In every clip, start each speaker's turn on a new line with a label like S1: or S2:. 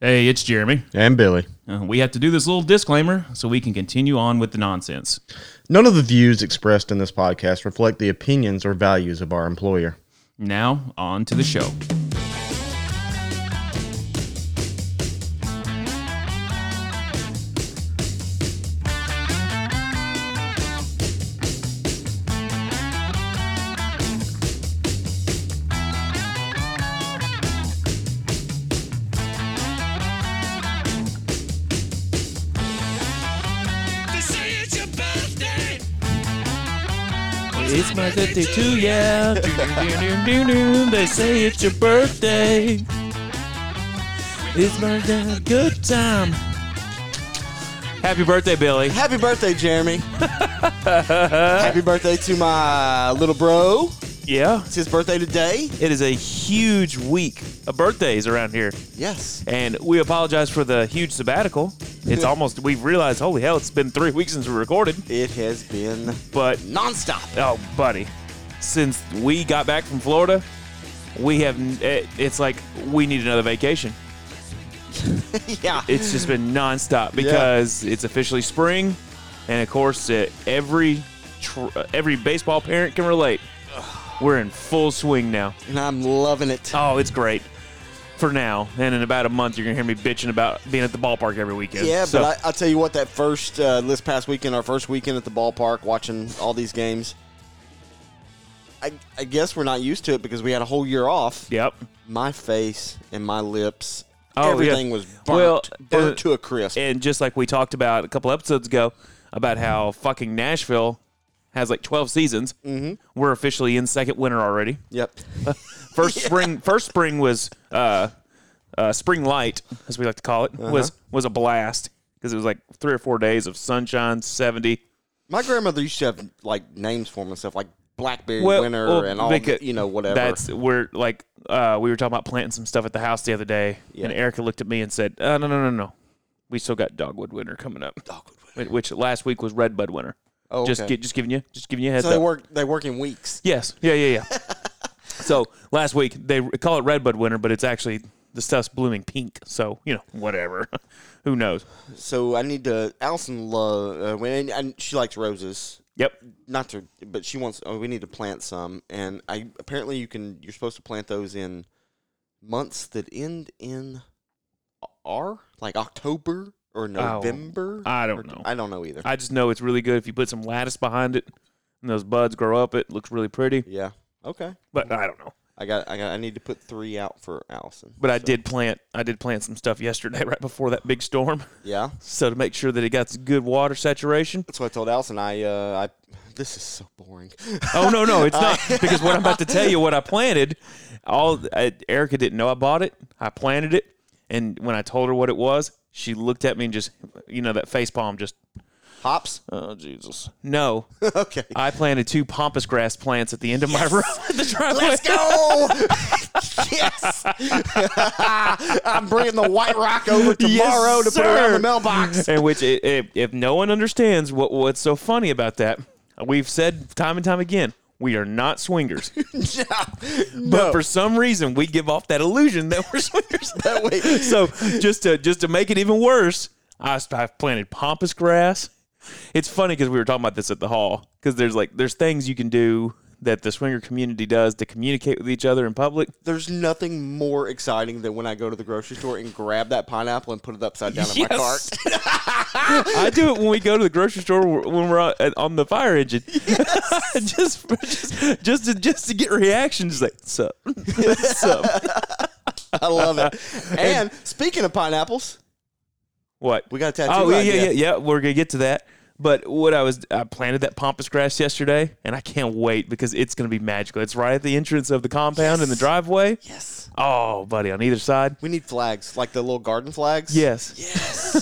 S1: Hey, it's Jeremy.
S2: And Billy.
S1: Uh, we have to do this little disclaimer so we can continue on with the nonsense.
S2: None of the views expressed in this podcast reflect the opinions or values of our employer.
S1: Now, on to the show.
S3: They say it's your birthday.
S1: It's my birthday too, yeah. They say it's your birthday. It's my good time. Happy birthday, Billy.
S4: Happy birthday, Jeremy. Happy birthday to my little bro.
S1: Yeah,
S4: It's his birthday today.
S1: it is a huge week of birthdays around here.
S4: Yes.
S1: And we apologize for the huge sabbatical. It's almost, we've realized, holy hell, it's been three weeks since we recorded.
S4: It has been
S1: But,
S4: nonstop.
S1: oh, buddy, since we got back from Florida, we have, n- it- it's like we need another vacation.
S4: yeah.
S1: It's just been nonstop because it's officially spring. And of course, it, every, tr- uh, every baseball parent can relate. We're in full swing now.
S4: And I'm loving it.
S1: Oh, it's great. For now, and in about a month, you're gonna hear me bitching about being at the ballpark every weekend.
S4: Yeah,
S1: So-
S4: but I, I'll tell you what, that first, uh, this past weekend, our first weekend at the ballpark watching all these games, I, I guess we're not used to it because we had a whole year off.
S1: yep.
S4: My face and my lips,
S1: Oh, yeah.
S4: everything was burnt,
S1: Well,
S4: burnt
S1: uh,
S4: to a crisp.
S1: And just like we talked about a couple episodes ago about how fucking Nashville has like 12 seasons, mm-hmm. we're officially in second winter already.
S4: yep.
S1: First spring, first spring was uh, uh, spring light, as we like to call it, was was a blast because it was like three or four days of sunshine, 70.
S4: My grandmother used to have like names for them and stuff, like Blackberry
S1: Well-
S4: Winter
S1: well,
S4: and all,
S1: because
S4: the, you know, whatever.
S1: That's we're like uh, we were talking about planting some stuff at the house the other day, and Erica looked at me and said, uh, "No, no, no, no, we still got dogwood winter coming up,
S4: Dogwood
S1: Wh- which last week was redbud winter.
S4: Oh,
S1: just
S4: okay.
S1: gi- just giving you just giving you a heads
S4: so they
S1: up.
S4: work. They work in weeks.
S1: Yes, yeah, yeah, yeah. so last week they r- call it redbud winter, but it's actually the stuff's blooming pink. So you know, whatever. Who knows?
S4: So I need to. Allison love uh, when and she likes roses.
S1: Yep.
S4: Not to, but she wants. Oh, we need to plant some. And I apparently you can. You're supposed to plant those in months that end in R, like October or November.
S1: Oh, I don't know.
S4: I don't know either.
S1: I just know it's really good if you put some lattice behind it, and those buds grow up. It looks really pretty.
S4: yeah. Okay.
S1: But I don't know.
S4: I got. I got. I need to put three out for Allison.
S1: But I did plant I did plant some stuff yesterday right before that big storm.
S4: Yeah.
S1: So to make sure that it got some good water saturation.
S4: That's what I told Allison. I, uh, I this is so boring.
S1: Oh no, no, it's not because what I'm about to tell you what I planted, all I, Erica didn't know I bought it. I planted it and when I told her what it was, she looked at me and just you know that face palm just
S4: Hops.
S1: oh Jesus. No.
S4: Okay.
S1: I planted two pampas grass plants at the end of my room at the driveway.
S4: Let's go. yes. I'm bringing the White Rock over tomorrow to put around
S1: sir.
S4: the mailbox.
S1: And which, i- if, if no one understands what what's so funny about that, we've said time and time again, we are not swingers. But for some reason, we give off that illusion that we're swingers.
S4: That way.
S1: so just to just to make it even worse, I, s- I planted pampas grass. It's funny because we were talking about this at the hall because there's like there's things you can do that the swinger community does to communicate with each other in public.
S4: There's nothing more exciting than when I go to the grocery store and grab that pineapple and put it upside down in my cart.
S1: I do it when we go to the grocery store when we're on, on the fire engine. just, just, just to just to get reactions like sup, sup.
S4: I love it. And speaking of pineapples,
S1: What
S4: we got a tattoo.
S1: Oh yeah, yeah,
S4: idea.
S1: yeah, yeah. We're gonna get to that. But what I was, I planted that pampas grass yesterday, and I can't wait because it's gonna be magical. It's right at the entrance of the compound in the driveway.
S4: Yes.
S1: Oh, buddy, on either side.
S4: We need flags, like the little garden flags.
S1: Yes.
S4: Yes.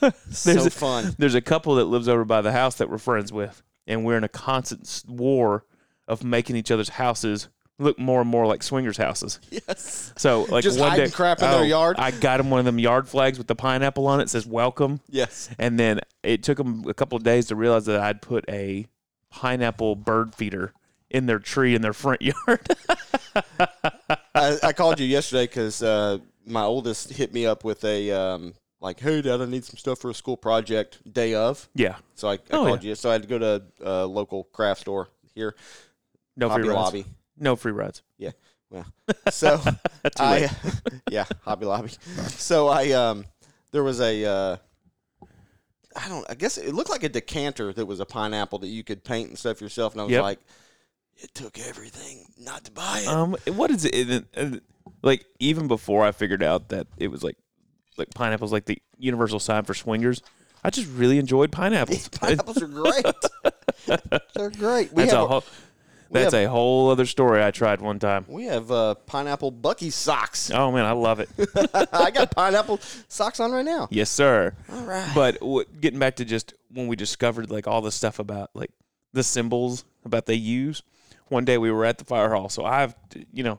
S1: There's
S4: so
S1: a-
S4: fun.
S1: There's a couple that lives over by the house that we're friends with, and we're in a constant s- war of making each other's houses look more and more like swingers' houses.
S4: Yes.
S1: So like
S4: Just
S1: one
S4: hiding
S1: day, Oh,
S4: crap in their yard?
S1: I got him one of them yard flags with the pineapple on it. It says welcome.
S4: Yes.
S1: And then it took him a couple of days to realize that I'd put a pineapple bird feeder in their tree in their front yard.
S4: I, I called you yesterday because uh, my oldest hit me up with a um, like, hey dad, I need some stuff for a school project day of.
S1: Yeah.
S4: So I, I
S1: Oh,
S4: called you. So I had to go to a local craft store here,
S1: No
S4: Hobby
S1: free rides.
S4: Lobby.
S1: No free rides.
S4: So
S1: That's
S4: I,
S1: right.
S4: yeah, Hobby Lobby. So I, um, there was a, uh, I don't, I guess it looked like a decanter that was a pineapple that you could paint and stuff yourself, and I was
S1: Yep.
S4: like, it took everything not to buy it.
S1: Um, what is it? it? it- Like even before I figured out that it was like like pineapples, like the universal sign for swingers. I just really enjoyed pineapples.
S4: These pineapples are great. They're great. We
S1: that's
S4: have
S1: a whole,
S4: we
S1: that's
S4: have-
S1: a whole other story. I tried one time.
S4: we have uh, pineapple Bucky socks.
S1: Oh man, I love it.
S4: I got pineapple socks on right now.
S1: yes, sir.
S4: All right.
S1: But what, getting back to just when we discovered like all the stuff about like the symbols about they use. One day we were at the fire hall, so I've you know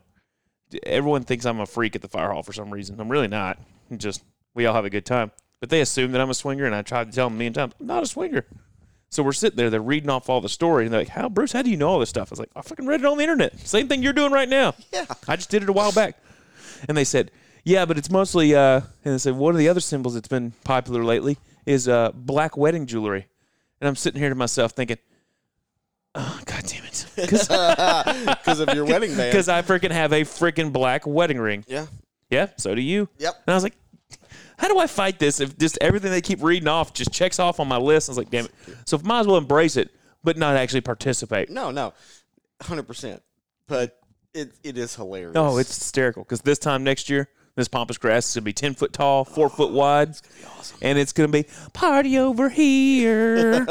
S1: everyone thinks I'm a freak at the fire hall for some reason. I'm really not. I'm just we all have a good time, but they assume that I'm a swinger, and I tried to tell them a million times I'm not a swinger. So we're sitting there, they're reading off all the story, and they're like, "How, Bruce? How do you know all this stuff?" I was like, "I fucking read it on the internet. Same thing you're doing right now.
S4: Yeah.
S1: I just did it a while back." And they said, "Yeah, but it's mostly." Uh, and they said, "One of the other symbols that's been popular lately is uh, black wedding jewelry." And I'm sitting here to myself thinking, "Oh, God damn it!" Because
S4: Because of your wedding band.
S1: I freaking have a freaking black wedding ring.
S4: Yeah.
S1: Yeah, so do you.
S4: Yep.
S1: And I was like, how do I fight this if just everything they keep reading off just checks off on my list? I was like, damn it. So if might as well embrace it, but not actually participate.
S4: No, no. 100%. But it, it is hilarious.
S1: No, Oh, it's hysterical because this time next year, this pompous grass is going to be 10 foot tall, four foot wide. And it's going to be party over here.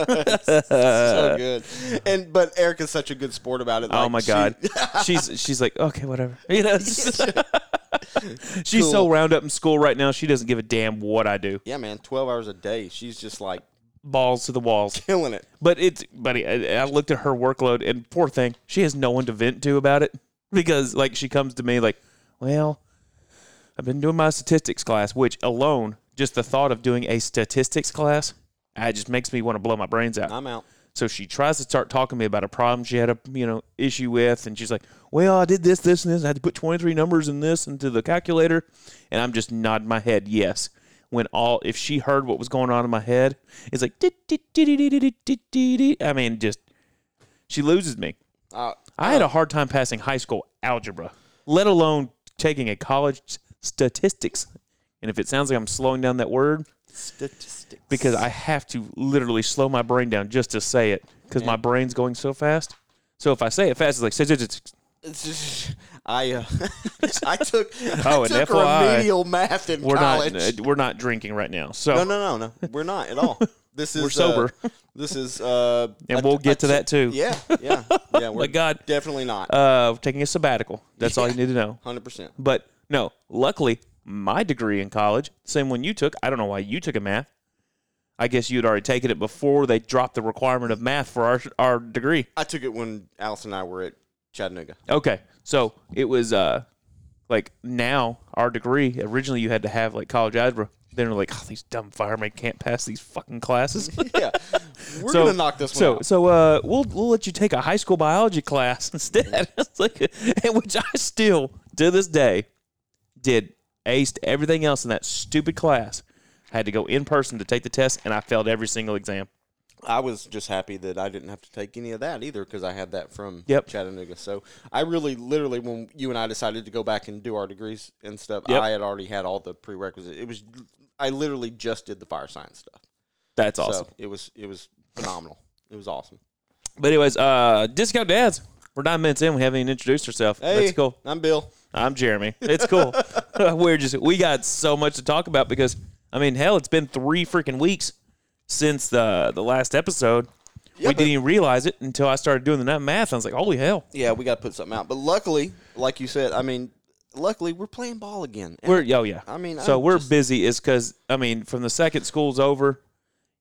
S4: so good. And but Erica's such a good sport about it.
S1: uh, oh
S4: like,
S1: my
S4: she-
S1: God. she's she's like, okay, whatever. You know, it's just- she's so round up in school right now, she doesn't give a damn what I do.
S4: yeah, man. Twelve hours a day. She's just like
S1: Balls to the walls.
S4: killing it.
S1: But it's, buddy, I, I looked at her workload and poor thing, she has no one to vent to about it because, like, she comes to me like, well, I've been doing my statistics class, which alone, just the thought of doing a statistics class, it just makes me want to blow my brains out.
S4: I'm out.
S1: So she tries to start talking to me about a problem she had a you know issue with, and she's like, "Well, I did this, this, and this. I had to put 23 numbers in this into the calculator," and I'm just nodding my head yes. When all if she heard what was going on in my head, it's like, "Dit, dit, dit, dit, dit, dit, dit, dit, dit." I mean, just she loses me.
S4: Uh,
S1: I had a hard time passing high school algebra, let alone taking a college s- statistics. And if it sounds like I'm slowing down that word,
S4: statistics.
S1: because I have to literally slow my brain down just to say it because my brain's going so fast. So if I say it fast, it's like "Sit-sit-sit-sit."
S4: It's just- I uh, I took
S1: Oh,
S4: I
S1: and
S4: took
S1: FYI,
S4: remedial math in
S1: we're
S4: college.
S1: not uh, we're not drinking right now. So
S4: no, no, no, no. We're not at all. This is
S1: We're sober.
S4: uh, this is uh,
S1: And
S4: I-
S1: we'll
S4: I
S1: get to
S4: took-
S1: that too.
S4: Yeah, yeah, yeah. We're
S1: God.
S4: definitely not.
S1: uh, taking a sabbatical. That's all you
S4: Yeah.
S1: need to know.
S4: Hundred percent.
S1: But no, luckily my degree in college, same one you took. I don't know why you took a math. I guess you'd already taken it before they dropped the requirement of math for our our degree.
S4: I took it when Alice and I were at Chattanooga.
S1: Okay. So it was uh like now our degree originally you had to have like college algebra. Then they're like, oh, these dumb firemen can't pass these fucking classes.
S4: Yeah, we're
S1: so
S4: gonna knock this one
S1: so
S4: out.
S1: so uh we'll we'll let you take a high school biology class instead. It's like, and which I still to this day did aced everything else in that stupid class. I had to go in person to take the test, and I failed every single exam.
S4: I was just happy that I didn't have to take any of that either because I had that from
S1: Yep.
S4: Chattanooga. So I really, literally, when you and I decided to go back and do our degrees and stuff,
S1: Yep.
S4: I had already had all the prerequisites. It was, I literally just did the fire science stuff.
S1: That's awesome.
S4: So it was, it was phenomenal. It was awesome.
S1: But anyways, uh, discount dads. We're nine minutes in. We haven't even introduced ourselves.
S4: Hey,
S1: Let's go.
S4: I'm Bill.
S1: I'm Jeremy. It's cool. We're just we got so much to talk about because I mean, hell, it's been three freaking weeks since the the last episode. we
S4: but-
S1: didn't even realize it until I started doing the math. I was like, holy hell.
S4: Yeah, we got to put something out. But luckily, like you said, I mean, luckily we're playing ball again. And
S1: We're oh yeah.
S4: I mean,
S1: so
S4: I'm
S1: we're
S4: just-
S1: busy is because I mean, from the second school's over,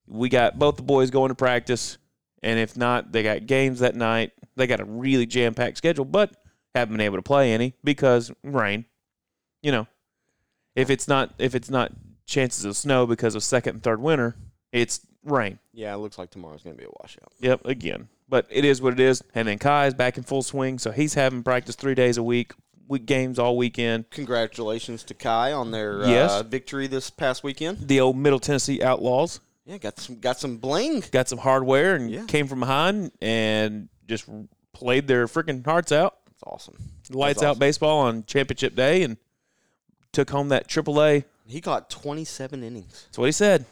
S1: we got both the boys going to practice, and if not, they got games that night. They got a really jam packed schedule, but haven't been able to play any because rain. You know, if it's not if it's not chances of snow because of second and third winter, it's rain.
S4: yeah, it looks like tomorrow's gonna be a washout.
S1: Yep, again. But it is what it is. And then Kai is back in full swing, so he's having practice three days a week, week games all weekend.
S4: Congratulations to Kai on their
S1: Yes.
S4: uh, victory this past weekend.
S1: The old Middle Tennessee Outlaws
S4: Yeah, got some got some bling.
S1: got some hardware and
S4: Yeah.
S1: came from behind and just played their freaking hearts out.
S4: It's awesome.
S1: Lights
S4: awesome.
S1: out baseball on championship day and took home that AAA.
S4: He caught 27 innings.
S1: That's what he said.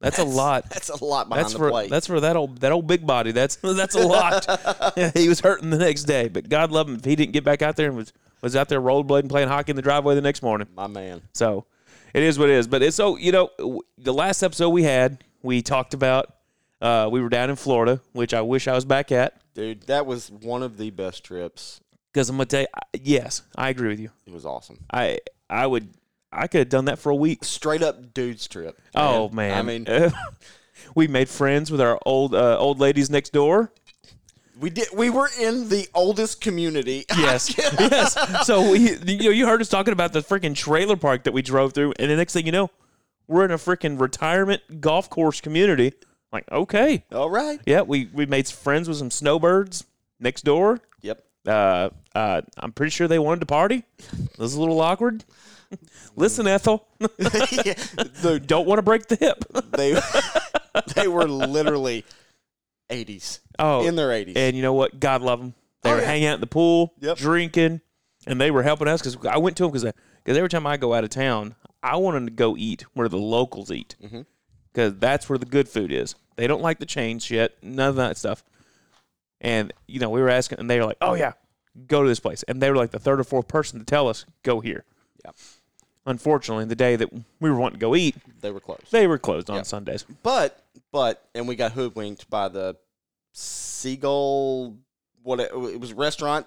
S1: That's, a lot.
S4: That's a lot behind
S1: That's
S4: the
S1: for
S4: plate.
S1: that's for that old that old big body. That's that's a lot. he was hurting the next day, but God love him if he didn't get back out there and was was out there rollerblading playing hockey in the driveway the next morning.
S4: my man.
S1: So it is what it is. But it's so you know w- the last episode we had we talked about uh, we were down in Florida, which I wish I was back at
S4: Dude, that was one of the best trips.
S1: because I'm gonna tell you I- yes I agree with you.
S4: It was awesome.
S1: I I would I could have done that for a week.
S4: Straight up dude's trip.
S1: Oh man!
S4: I mean,
S1: we made friends with our old uh, old ladies next door.
S4: we did we were in the oldest community.
S1: Yes, yes. So we, you know, you heard us talking about the freaking trailer park that we drove through, and the next thing you know, we're in a freaking retirement golf course community. Like, okay,
S4: All right.
S1: yeah, we we made friends with some snowbirds next door.
S4: Yep.
S1: Uh, uh, I'm pretty sure they wanted to party. This is a little awkward. Listen, Ethel,
S4: Yeah, dude,
S1: don't want to break the hip.
S4: they they were literally 80s.
S1: Oh,
S4: in their 80s.
S1: And you know what? God love them. They
S4: Oh,
S1: were
S4: yeah.
S1: hanging out in the pool,
S4: Yep.
S1: drinking, and they were helping us because I went to them because because every time I go out of town, I want 'em to go eat where the locals eat
S4: Mm-hmm.
S1: because that's where the good food is. They don't like the chains yet, none of that stuff. And you know, we were asking, and they were like, "Oh yeah, go to this place," and they were like the third or fourth person to tell us go here.
S4: Yep.
S1: Unfortunately, the day that we were wanting to go eat,
S4: they were close.
S1: they were closed on
S4: Yep.
S1: Sundays.
S4: But but and we got hoodwinked by the seagull. What it, it was a restaurant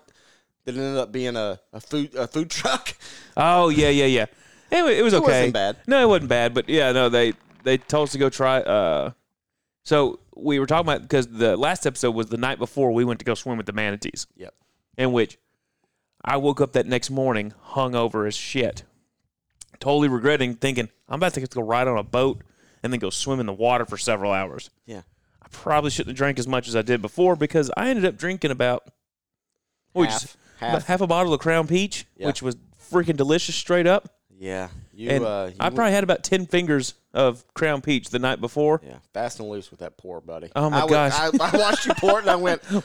S4: that ended up being a, a food a food truck.
S1: Oh yeah, yeah, yeah. Anyway, it was okay.
S4: wasn't bad.
S1: No, it wasn't bad. But yeah, no, they they told us to go try. Uh, so we were talking about because the last episode was the night before we went to go swim with the manatees,
S4: Yep.
S1: in which I woke up that next morning hungover as shit, totally regretting thinking I'm about to get to go ride on a boat and then go swim in the water for several hours.
S4: Yeah.
S1: I probably shouldn't have drank as much as I did before because I ended up drinking about what would you
S4: Half-
S1: say?
S4: half.
S1: about half a bottle of Crown Peach,
S4: Yeah.
S1: which was freaking delicious straight up.
S4: Yeah. You
S1: And
S4: uh you
S1: I probably had about 10 fingers of Crown Peach the night before.
S4: yeah, fast and loose with that pour, buddy.
S1: Oh, my
S4: I was-
S1: gosh.
S4: I, I watched you pour it and I went, All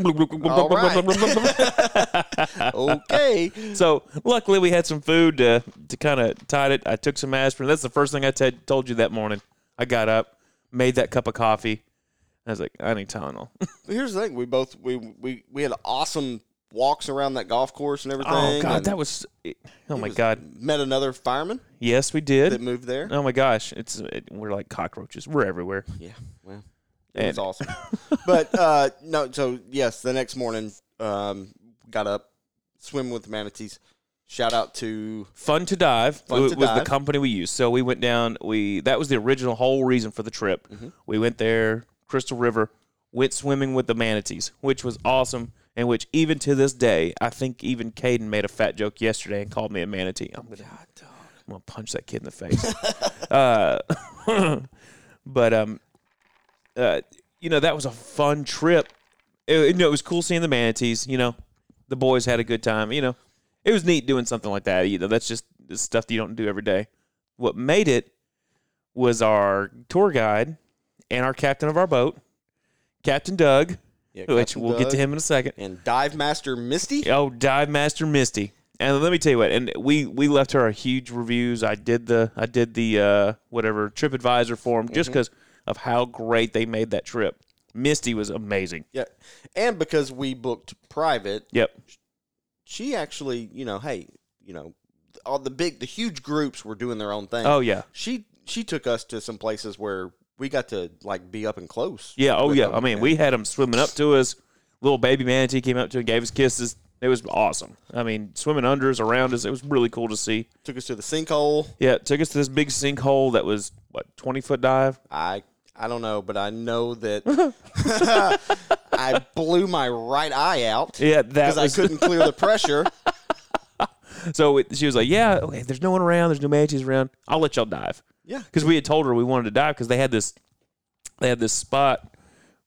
S4: right. okay.
S1: so, luckily, we had some food to, to kind of tide it. I took some aspirin. That's the first thing I t- told you that morning. I got up, made that cup of coffee. I was like, I need Tylenol.
S4: Here's the thing: we both we we we had awesome walks around that golf course and everything.
S1: oh, God,
S4: and
S1: that was. Oh, my
S4: was-
S1: God.
S4: Met another fireman
S1: Yes, we did.
S4: that moved there.
S1: Oh, my gosh. it's it, We're like cockroaches. We're everywhere.
S4: Yeah, well,
S1: And-
S4: it was awesome. but uh, no, so yes, the next morning, um, got up, swim with the manatees. Shout out to
S1: Fun to dive
S4: Fun
S1: wa-
S4: to
S1: was the
S4: Dive.
S1: company we used. So we went down. We that was the original whole reason for the trip.
S4: Mm-hmm.
S1: We went there, Crystal River, went swimming with the manatees, which was awesome. And which even to this day, I think even Caden made a fat joke yesterday and called me a manatee.
S4: Oh,
S1: I'm gonna, I'm gonna punch that kid in the face. uh, but um, uh, you know that was a fun trip. It, you know, it was cool seeing the manatees. You know, the boys had a good time. You know, it was neat doing something like that. You know, that's just the stuff that you don't do every day. What made it was our tour guide and our captain of our boat, Captain Doug,
S4: Yeah,
S1: which
S4: Captain
S1: we'll get to
S4: Doug.
S1: him in a second.
S4: and dive master Misty.
S1: Oh, Dive Master Misty. And let me tell you what, and we we left her a huge reviews. I did the I did the uh, whatever TripAdvisor for them
S4: Mm-hmm.
S1: just because of how great they made that trip. Misty was amazing.
S4: Yeah, and because we booked private,
S1: Yep.
S4: she actually, you know, hey, you know, all the big, the huge groups were doing their own thing.
S1: Oh yeah.
S4: she she took us to some places where we got to like be up and close.
S1: Yeah. Oh
S4: with
S1: yeah.
S4: them.
S1: I mean, we had them swimming up to us. Little baby manatee came up to and gave us kisses. It was awesome. I mean, swimming under us, around us, it was really cool to see.
S4: took us to the sinkhole.
S1: Yeah, it took us to this big sinkhole that was what twenty foot dive.
S4: I I don't know, but I know that I blew my right eye out
S1: Yeah, that
S4: because I
S1: was
S4: couldn't clear the pressure.
S1: So it, she was like, "Yeah, okay, there's no one around. There's no manatees around. I'll let y'all dive."
S4: Yeah.
S1: because we had told her we wanted to dive because they had this, they had this spot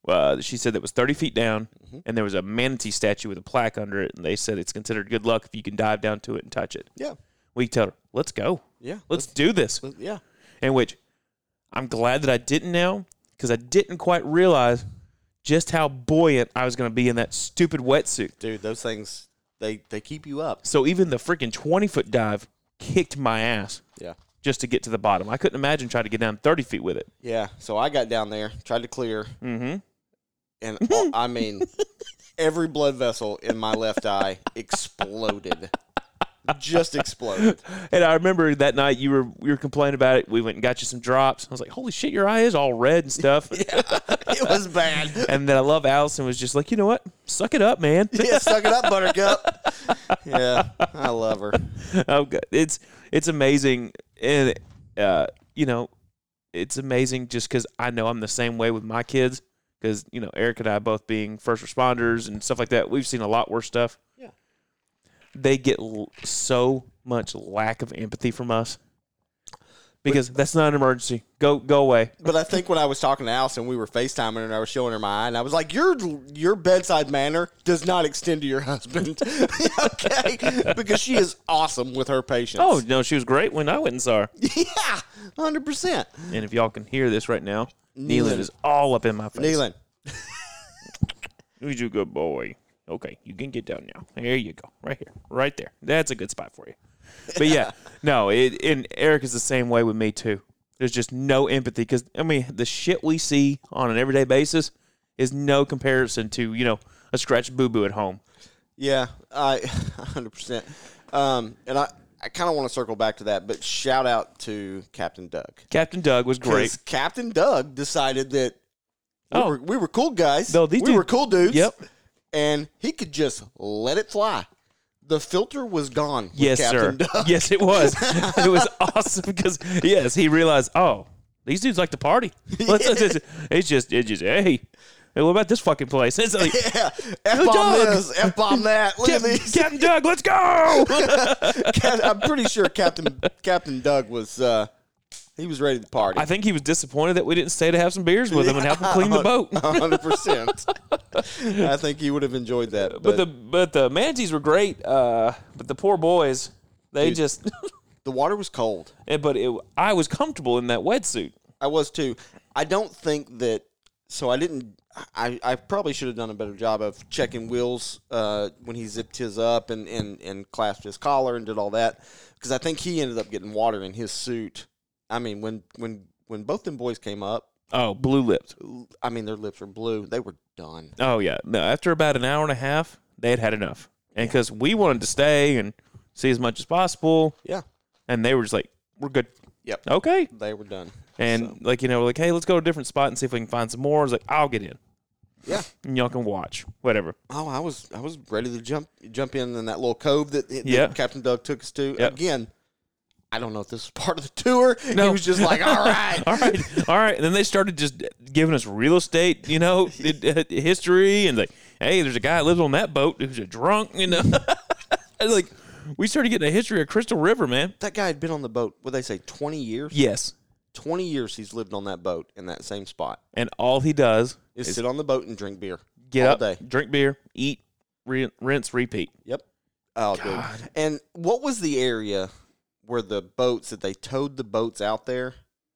S1: uh, that she said that was 30 feet down,
S4: Mhm.
S1: and there was a manatee statue with a plaque under it, and they said it's considered good luck if you can dive down to it and touch it.
S4: Yeah.
S1: We tell her, let's go,
S4: Yeah.
S1: let's do this.
S4: let- yeah.
S1: And which I'm glad that I didn't now because I didn't quite realize just how buoyant I was going to be in that stupid wetsuit.
S4: Dude, those things they they keep you up.
S1: So even the freaking 20 foot dive kicked my ass
S4: Yeah.
S1: just to get to the bottom. I couldn't imagine trying to get down 30 feet with it.
S4: Yeah. So I got down there, tried to clear,
S1: Mm-hmm.
S4: and all, I mean, every blood vessel in my left eye exploded. Just exploded.
S1: And I remember that night you were you were complaining about it. We went and got you some drops. I was like, "Holy shit, your eye is all red and stuff."
S4: It was bad.
S1: And then I love Allison was just like, "You know what? Suck it up, man."
S4: Yeah, suck it up, Buttercup. Yeah, I love her.
S1: oh, God. It's it's amazing, and uh, you know, it's amazing just because I know I'm the same way with my kids. Because you know, Eric and I both being first responders and stuff like that, we've seen a lot worse stuff.
S4: Yeah.
S1: they get l- so much lack of empathy from us because that's not an emergency. Go go away.
S4: But I think when I was talking to Allison, we were FaceTiming her and I was showing her my eye, and I was like, Your your bedside manner does not extend to your husband. okay. Because she is awesome with her patients.
S1: Oh no, she was great when I went and saw her.
S4: yeah. Hundred percent.
S1: And if y'all can hear this right now, Neelan is all up in my face.
S4: Neelan.
S1: He's a good boy. Okay, you can get down now. There you go. Right here. Right there. That's a good spot for you. But yeah, no, it, and Eric is the same way with me too. There's just no empathy because, I mean, the shit we see on an everyday basis is no comparison to, you know, a scratched boo boo at home.
S4: Yeah, I hundred percent. Um, and I, I kind of want to circle back to that, but shout out to Captain Doug
S1: Captain Doug was great.
S4: because Captain Doug decided that we,
S1: Oh.
S4: were, we were cool guys.
S1: No,
S4: we
S1: these dudes-
S4: were cool dudes.
S1: Yep.
S4: and he could just let it fly. The filter was gone. With
S1: Yes,
S4: Captain
S1: sir.
S4: Doug.
S1: Yes, it was. it was awesome because yes, he realized, oh, these dudes like to party. Let's, let's just, it's just, it's just, hey, hey, what about this fucking place? It's like,
S4: Yeah, f bomb
S1: Doug.
S4: this, f bomb that. Look at
S1: Captain,
S4: these.
S1: Captain Doug, let's go.
S4: Cap- I'm pretty sure Captain Captain Doug was uh, he was ready to party.
S1: I think he was disappointed that we didn't stay to have some beers with him and help him clean the boat.
S4: hundred percent. I think he would have enjoyed that. But,
S1: But the
S4: the,
S1: but the manatees were great. Uh, but the poor boys, they
S4: Dude.
S1: just. eh,
S4: water was cold.
S1: but it, I was comfortable in that wetsuit.
S4: I was too. I don't think that. So I didn't. I, I probably should have done a better job of checking Will's uh, when he zipped his up and, and, and clasped his collar and did all that because I think he ended up getting water in his suit. I mean, when when when both them boys came up,
S1: Oh, blue lips.
S4: I mean their lips were blue. They were done.
S1: Oh yeah. No, after about an hour and a half, they had had enough, and because we wanted to stay and see as much as possible,
S4: Yeah.
S1: and they were just like, "We're good."
S4: Yep.
S1: Okay.
S4: They were done.
S1: And
S4: So,
S1: like you know, like, "Hey, let's go to a different spot and see if we can find some more." I was like, "I'll get in,
S4: yeah.
S1: and y'all can watch, whatever."
S4: Oh, I was I was ready to jump jump in in that little cove that, that
S1: Yeah.
S4: Captain Doug took us to.
S1: Yeah.
S4: Again, I don't know if this was part of the tour. He
S1: No.
S4: was just like, all right.
S1: all right, all right. And then they started just giving us real estate, you know, it, it- history, and like, hey, there's a guy that lives on that boat who's a drunk, you know. I was like, we started getting a history of Crystal River, man.
S4: That guy had been on the boat. What they say, twenty years?
S1: Yes,
S4: Twenty years he's lived on that boat in that same spot.
S1: and all he does
S4: Is sit on the boat and drink beer.
S1: get
S4: all
S1: up,
S4: day.
S1: drink beer, eat, re- rinse, repeat.
S4: Yep. Oh, dude. And what was the area where the boats that they towed the boats out there?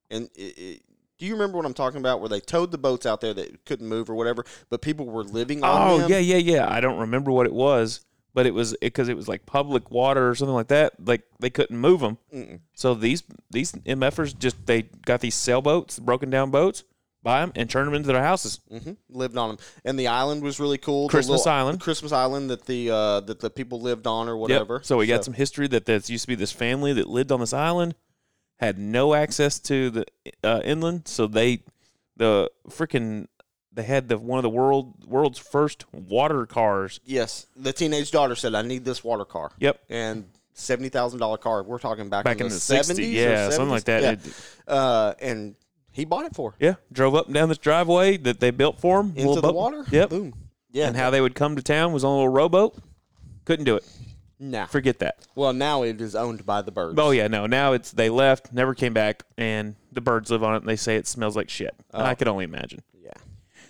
S4: And it, it, do you remember what I'm talking about? Where they towed the boats out there that couldn't move or whatever, but people were living on
S1: Oh
S4: them.
S1: yeah, yeah, yeah. I don't remember what it was, but it was because it, was like public water or something like that. Like they couldn't move them.
S4: Mm-mm.
S1: So these these MFers just they got these sailboats, broken down boats, buy them and turn them into their houses.
S4: hmm Lived on them, and the island was really cool. the
S1: Christmas
S4: little-
S1: Island.
S4: Christmas Island that the uh, that the people lived on or
S1: Yep.
S4: whatever.
S1: So we got some history that there used to be this family that lived on this island, had no access to the uh, inland, so they the freaking they had the one of the world world's first water cars.
S4: Yes, the teenage daughter said, "I need this water car."
S1: Yep.
S4: and seventy thousand dollar car. We're talking back,
S1: Back in the 60s,
S4: seventies,
S1: yeah, something like that. It-
S4: Uh, and he bought it for her.
S1: Yeah, drove up and down this driveway that they built for them.
S4: into the water.
S1: Yep.
S4: boom. Yeah,
S1: And how they would come to town was on a little rowboat. Couldn't do it.
S4: now?
S1: Forget that.
S4: well, now it is owned by the birds.
S1: Oh yeah, no. Now it's they left,
S4: Oh.
S1: never came back, and the birds live on it. and They say it smells like shit. I could only imagine.
S4: yeah.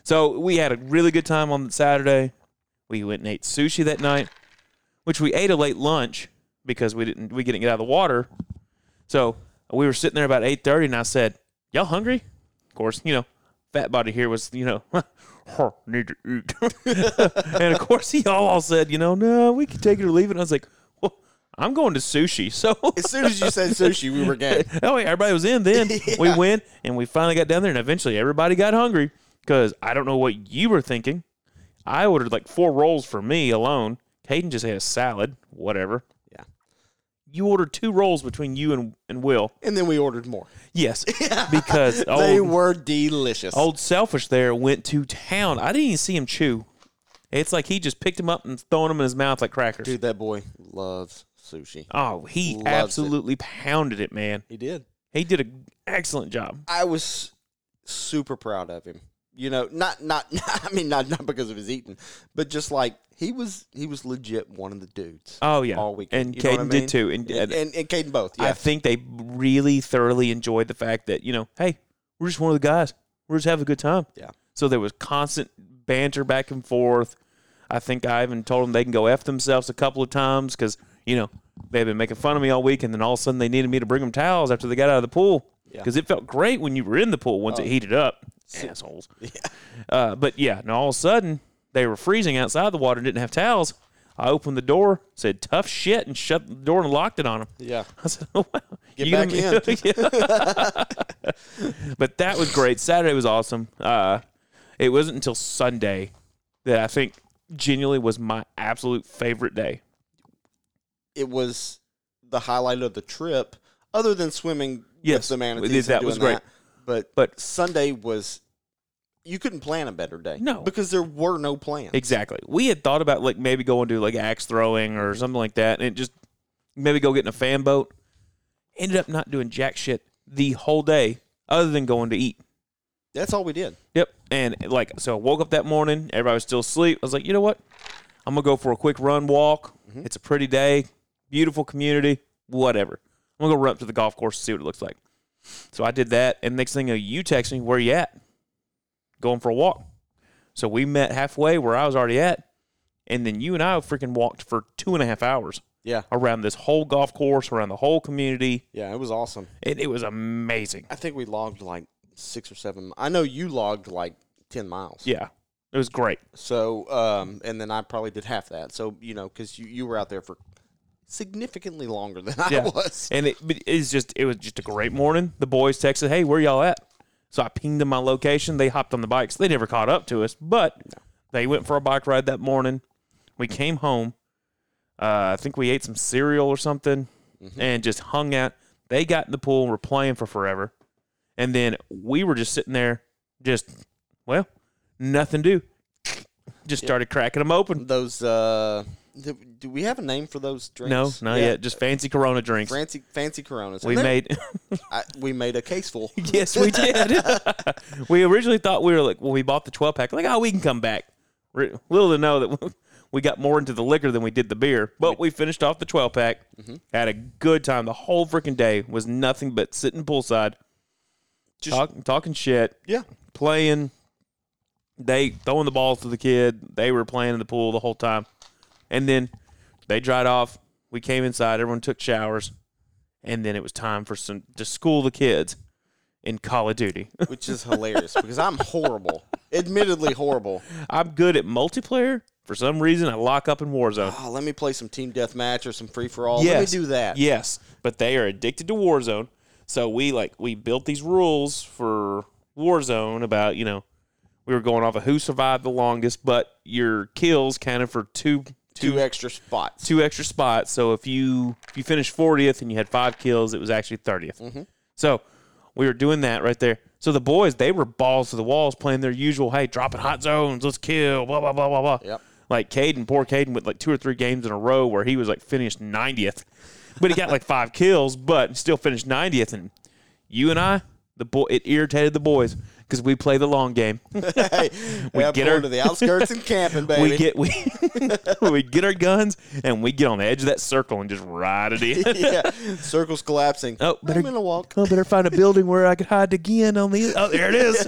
S1: So we had a really good time on Saturday. We went and ate sushi that night, which we ate a late lunch because we didn't we didn't get out of the water. So we were sitting there about eight thirty, and I said, "Y'all hungry?" Of course, you know, fat body here was you know, "Huh, need to eat, and of course he all said, "You know, no, we can take it or leave it." And I was like, well, "I'm going to sushi," so
S4: As soon as you said sushi, we were game.
S1: oh, yeah, everybody was in then. We
S4: Yeah.
S1: went and we finally got down there, and eventually everybody got hungry because I don't know what you were thinking. I ordered like four rolls for me alone. Caden just had a salad, whatever.
S4: Yeah.
S1: You ordered two rolls between you and, and Will.
S4: And then we ordered more.
S1: Yes. Because
S4: They
S1: old,
S4: were delicious.
S1: old Selfish there went to town. I didn't even see him chew. It's like he just picked him up and throwing him in his mouth like crackers.
S4: Dude, that boy loves sushi.
S1: oh, he
S4: loves it.
S1: absolutely pounded it, man.
S4: He did.
S1: He did an excellent job.
S4: I was super proud of him. You know, not not I mean not not because of his eating, but just like he was he was legit one of the dudes.
S1: Oh yeah,
S4: all weekend.
S1: And
S4: You know what I
S1: Caden did
S4: mean?
S1: too. And,
S4: and,
S1: and
S4: and, and Caden both. Yeah,
S1: I think they really thoroughly enjoyed the fact that you know, hey, we're just one of the guys. We're just having a good time.
S4: Yeah.
S1: So there was constant banter back and forth. I think I even told them they can go f themselves a couple of times because you know they've been making fun of me all week, and then all of a sudden they needed me to bring them towels after they got out of the pool
S4: Yeah. Oh.
S1: because it felt great when you were in the pool once it heated up. Assholes. Yeah. Uh, but yeah, and all of a sudden they were freezing outside the water and didn't have towels. I opened the door, said tough shit, and shut the door and locked it on them.
S4: yeah.
S1: I said, oh, wow.
S4: Get
S1: You gonna
S4: back
S1: be- Yeah. but that was great. Saturday was awesome. Uh, it wasn't until Sunday that I think genuinely was my absolute favorite day.
S4: It was the highlight of the trip, other than swimming
S1: Yes,
S4: with the manatees.
S1: it-
S4: and
S1: that was
S4: doing
S1: great.
S4: that. But
S1: But-
S4: Sunday was you couldn't plan a better day.
S1: No.
S4: because there were no plans.
S1: Exactly. We had thought about like maybe going to like axe throwing or something like that and just maybe go getting a fan boat. Ended up not doing jack shit the whole day other than going to eat.
S4: That's all we did.
S1: Yep. And like, so I woke up that morning. Everybody was still asleep. I was like, you know what? I'm gonna go for a quick run walk. It's a pretty day, beautiful community, whatever. I'm gonna go run up to the golf course and see what it looks like. So I did that, and next thing you know, you text me, "Where you at?" Going for a walk. So we met halfway where I was already at, and then you and I freaking walked for two and a half hours
S4: Yeah,
S1: around this whole golf course, around the whole community,
S4: yeah, it was awesome.
S1: and it was amazing.
S4: I think we logged like six or seven. I know you logged like ten miles.
S1: Yeah, it was great.
S4: So, um, and then I probably did half that. So, you know, because you, you were out there for significantly longer than I
S1: Yeah.
S4: was.
S1: And it but it's just it was just a great morning. The boys texted, "Hey, where y'all at?" So I pinged them my location. They hopped on the bikes. They never caught up to us, but they went for a bike ride that morning. We came home. Uh, I think we ate some cereal or something,
S4: Mm-hmm.
S1: and just hung out. They got in the pool and were playing for forever, and then we were just sitting there, just well, nothing to do. Just started cracking them open.
S4: Those, uh, do, do we have a name for those
S1: No,
S4: drinks?
S1: not
S4: Yeah.
S1: yet. Just fancy Corona drinks.
S4: Fancy, fancy Coronas.
S1: we
S4: And they-
S1: made.
S4: I, we made a case full.
S1: Yes, we did. we originally thought we were like when we bought the twelve pack, like oh, we can come back. Re- Little to know that we got more into the liquor than we did the beer, but we finished off the twelve pack. Had a good time. The whole freaking day was nothing but sitting poolside,
S4: Just-
S1: talk, talking shit,
S4: Yeah.
S1: playing. They throwing the balls to the kid. They were playing in the pool the whole time, and then they dried off. We came inside. Everyone took showers, and then it was time for some to school the kids in Call of Duty.
S4: Which is hilarious because I'm horrible. Admittedly horrible.
S1: I'm good at multiplayer. For some reason, I lock up in Warzone.
S4: Oh, let me play some team deathmatch or some free for all.
S1: yes,
S4: Let me do that.
S1: Yes, but they are addicted to Warzone. So we like we built these rules for Warzone about you know we were going off of who survived the longest, but your kills counted for two two
S4: Two extra spots.
S1: two extra spots. So if you if you finished 40th and you had five kills, it was actually 30th.
S4: Mm-hmm.
S1: So we were doing that right there. So the boys they were balls to the walls playing their usual hey dropping hot zones, let's kill, blah blah blah blah blah.
S4: Yep.
S1: Like Caden, poor Caden, with like two or three games in a row where he was like finished 90th, but he got like five kills, but still finished 90th. And you and I, the boy, it irritated the boys because we play the long game.
S4: Hey, we
S1: get
S4: going
S1: our-
S4: to the outskirts and camping, baby.
S1: we get we we get our guns and we get on the edge of that circle and just ride it in.
S4: yeah. Circles collapsing.
S1: Oh, better-
S4: I'm gonna walk.
S1: I better find a building where I could hide again on the. Oh, there it is.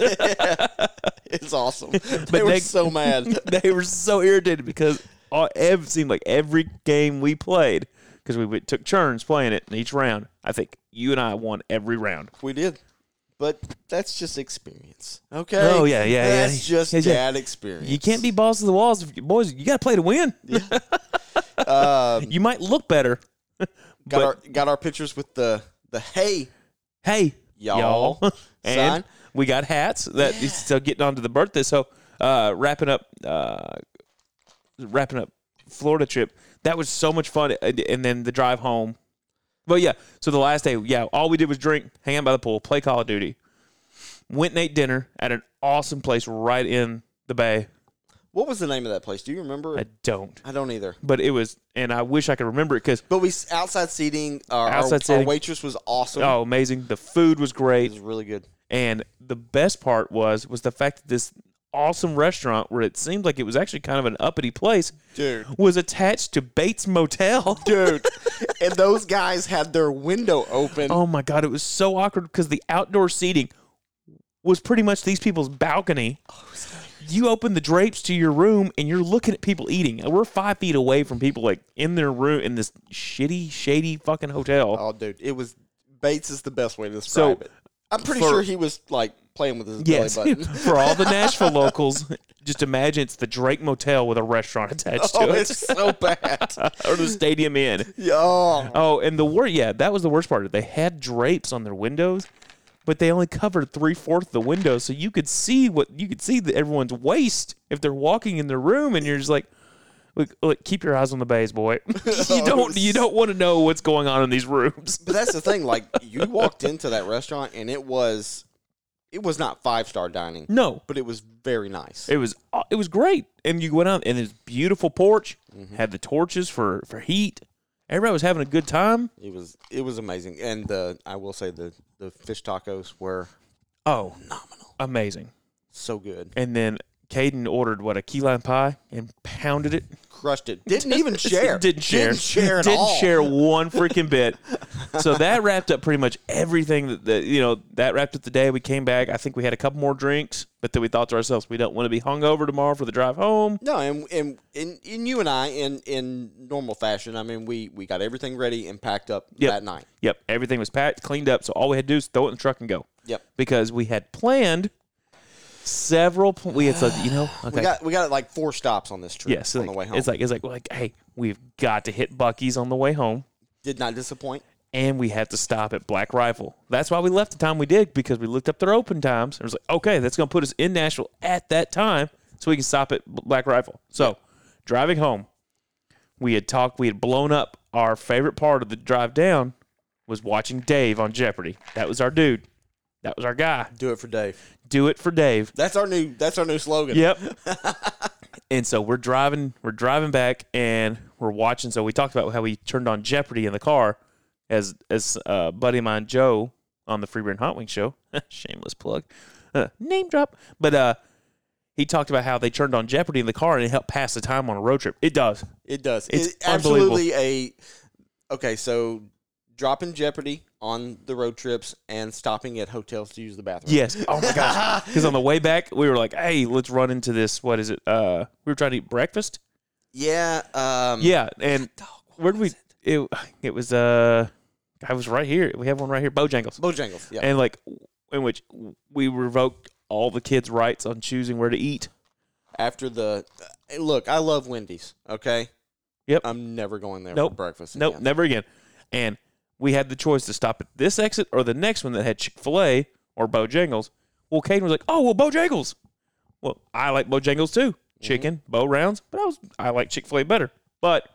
S4: It's awesome. They
S1: But
S4: were
S1: they-
S4: so mad.
S1: they were so irritated because all, ev- seemed like every game we played because we went, took turns playing it in each round. I think you and I won every round.
S4: We did. But that's just experience. Okay.
S1: Oh, yeah, yeah, yeah.
S4: That's just
S1: Yeah, yeah.
S4: dad experience.
S1: You can't be balls to the walls, if you, boys. You got to play to win.
S4: Um,
S1: You might look better.
S4: got
S1: but-
S4: our got our pictures with the the hey
S1: Hey,
S4: Y'all.
S1: and
S4: Sign.
S1: we got hats that is still getting onto the birthday. So uh, wrapping up, uh, wrapping up Florida trip. That was so much fun, and, and then the drive home. But yeah, so the last day, yeah, all we did was drink, hang out by the pool, play Call of Duty. Went and ate dinner at an awesome place right in the bay.
S4: What was the name of that place? Do you remember?
S1: I
S4: I,
S1: don't,
S4: don't either.
S1: but it was, and I wish I could remember it because
S4: But we s- outside seating. Our,
S1: Outside
S4: our,
S1: seating.
S4: our waitress was awesome.
S1: oh, amazing. The food was
S4: It
S1: great.
S4: was really good.
S1: And the best part was was the fact that this awesome restaurant where it seemed like it was actually kind of an uppity place
S4: Dude.
S1: was attached to Bates Motel.
S4: Dude. and those guys had their window open.
S1: oh my god, it was so awkward because the outdoor seating was pretty much these people's balcony. You open the drapes to your room and you're looking at people eating. And We're five feet away from people like in their room in this shitty, shady fucking hotel.
S4: Oh, dude, it was Bates is the best way to describe
S1: So,
S4: it. I'm pretty
S1: for-
S4: sure he was like playing with his
S1: Yes,
S4: belly button.
S1: for all the Nashville locals, just imagine it's the Drake Motel with a restaurant attached
S4: Oh,
S1: to it.
S4: it's so bad.
S1: or the stadium inn.
S4: Oh,
S1: Oh, and the worst, yeah, that was the worst part. They had drapes on their windows, but they only covered three fourths of the window, so you could see what you could see that everyone's waist if they're walking in their room, and you're just like, look, look keep your eyes on the bays, boy. you don't, you don't want to know what's going on in these rooms.
S4: but that's the thing. Like, you walked into that restaurant and it was, it was not five star dining,
S1: No,
S4: but it was very nice.
S1: it was aw- it was great, and you went out and this beautiful porch had the torches for for heat. Everybody was having a good time.
S4: It was, it was amazing. And the, I will say the the fish tacos were
S1: Oh, phenomenal, amazing.
S4: so good.
S1: And then Caden ordered what a key lime pie and pounded it.
S4: Crushed it. Didn't even share.
S1: Didn't share.
S4: Didn't share at
S1: Didn't
S4: all.
S1: share one freaking bit. so that wrapped up pretty much everything that, that you know. That wrapped up the day. We came back. I think we had a couple more drinks, but then we thought to ourselves, we don't want to be hungover tomorrow for the drive home.
S4: No, and and and, and you and I in in normal fashion. I mean, we we got everything ready and packed up
S1: Yep.
S4: that night.
S1: Yep, everything was packed, cleaned up. So all we had to do is throw it in the truck and go.
S4: Yep.
S1: Because we had planned several. Pl- we had said, you know, okay.
S4: We got we got like four stops on this trip
S1: Yes,
S4: on
S1: like,
S4: the way home.
S1: it's like it's like, like hey, we've got to hit Bucky's on the way home.
S4: Did not disappoint.
S1: and we had to stop at Black Rifle. That's why we left the time we did because we looked up their open times and was like, okay, that's going to put us in Nashville at that time so we can stop at B- Black Rifle. So, driving home, we had talked, we had blown up our favorite part of the drive down was watching Dave on Jeopardy. That was our dude. That was our guy.
S4: Do it for Dave.
S1: Do it for Dave.
S4: That's our new that's our new slogan.
S1: Yep. and so we're driving, we're driving back, and we're watching. So we talked about how we turned on Jeopardy in the car, as as uh, buddy of mine Joe on the Freeburn Hot Wing Show, shameless plug, uh, name drop. But uh, he talked about how they turned on Jeopardy in the car and it helped pass the time on a road trip. It does.
S4: It does.
S1: It's
S4: It's absolutely a Okay, so dropping Jeopardy on the road trips and stopping at hotels to use the bathroom.
S1: Yes. Oh my gosh. Because on the way back, we were like, "Hey, let's run into this. What is it? Uh, we were trying to eat breakfast.
S4: Yeah. Um
S1: Yeah, and where would we? It, it was uh, I was right here. We have one right here, Bojangles,
S4: Bojangles. Yeah.
S1: and like in which we revoked all the kids' rights on choosing where to eat.
S4: After the hey, look, I love Wendy's, okay?
S1: Yep.
S4: I'm never going there
S1: Nope.
S4: for breakfast.
S1: Nope,
S4: again.
S1: never again. And we had the choice to stop at this exit or the next one that had Chick Fil A or Bojangles. Well, Caden was like, "Oh, well, Bojangles." Well, I like Bojangles too, chicken, Bo rounds, but I was I like Chick Fil A better. But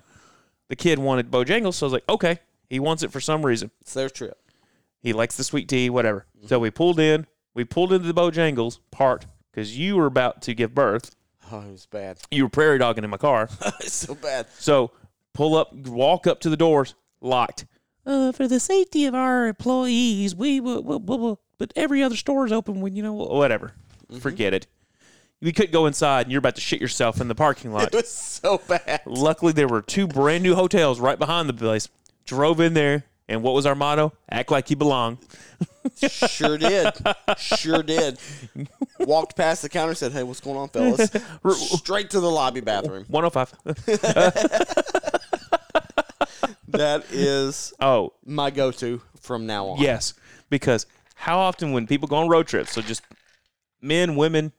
S1: the kid wanted Bojangles, so I was like, "Okay, he wants it for some reason."
S4: It's their trip.
S1: He likes the sweet tea, whatever. So we pulled in. We pulled into the Bojangles, parked, because you were about to give birth.
S4: Oh, it was bad.
S1: You were prairie dogging in my car.
S4: it's so bad.
S1: So pull up, walk up to the doors, locked. Uh, for the safety of our employees, we will, will, will, will- but every other store is open when, you know, whatever. Forget it. We could go inside and you're about to shit yourself in the parking lot.
S4: It was so bad.
S1: Luckily, there were two brand new hotels right behind the place. Drove in there, and what was our motto? Act like you belong.
S4: Sure did. Sure did. walked past the counter, said, "Hey, what's going on, fellas?" Straight to the lobby bathroom.
S1: 105.
S4: That is
S1: oh,
S4: my go-to from now on.
S1: yes. Because how often when people go on road trips, so just men, women,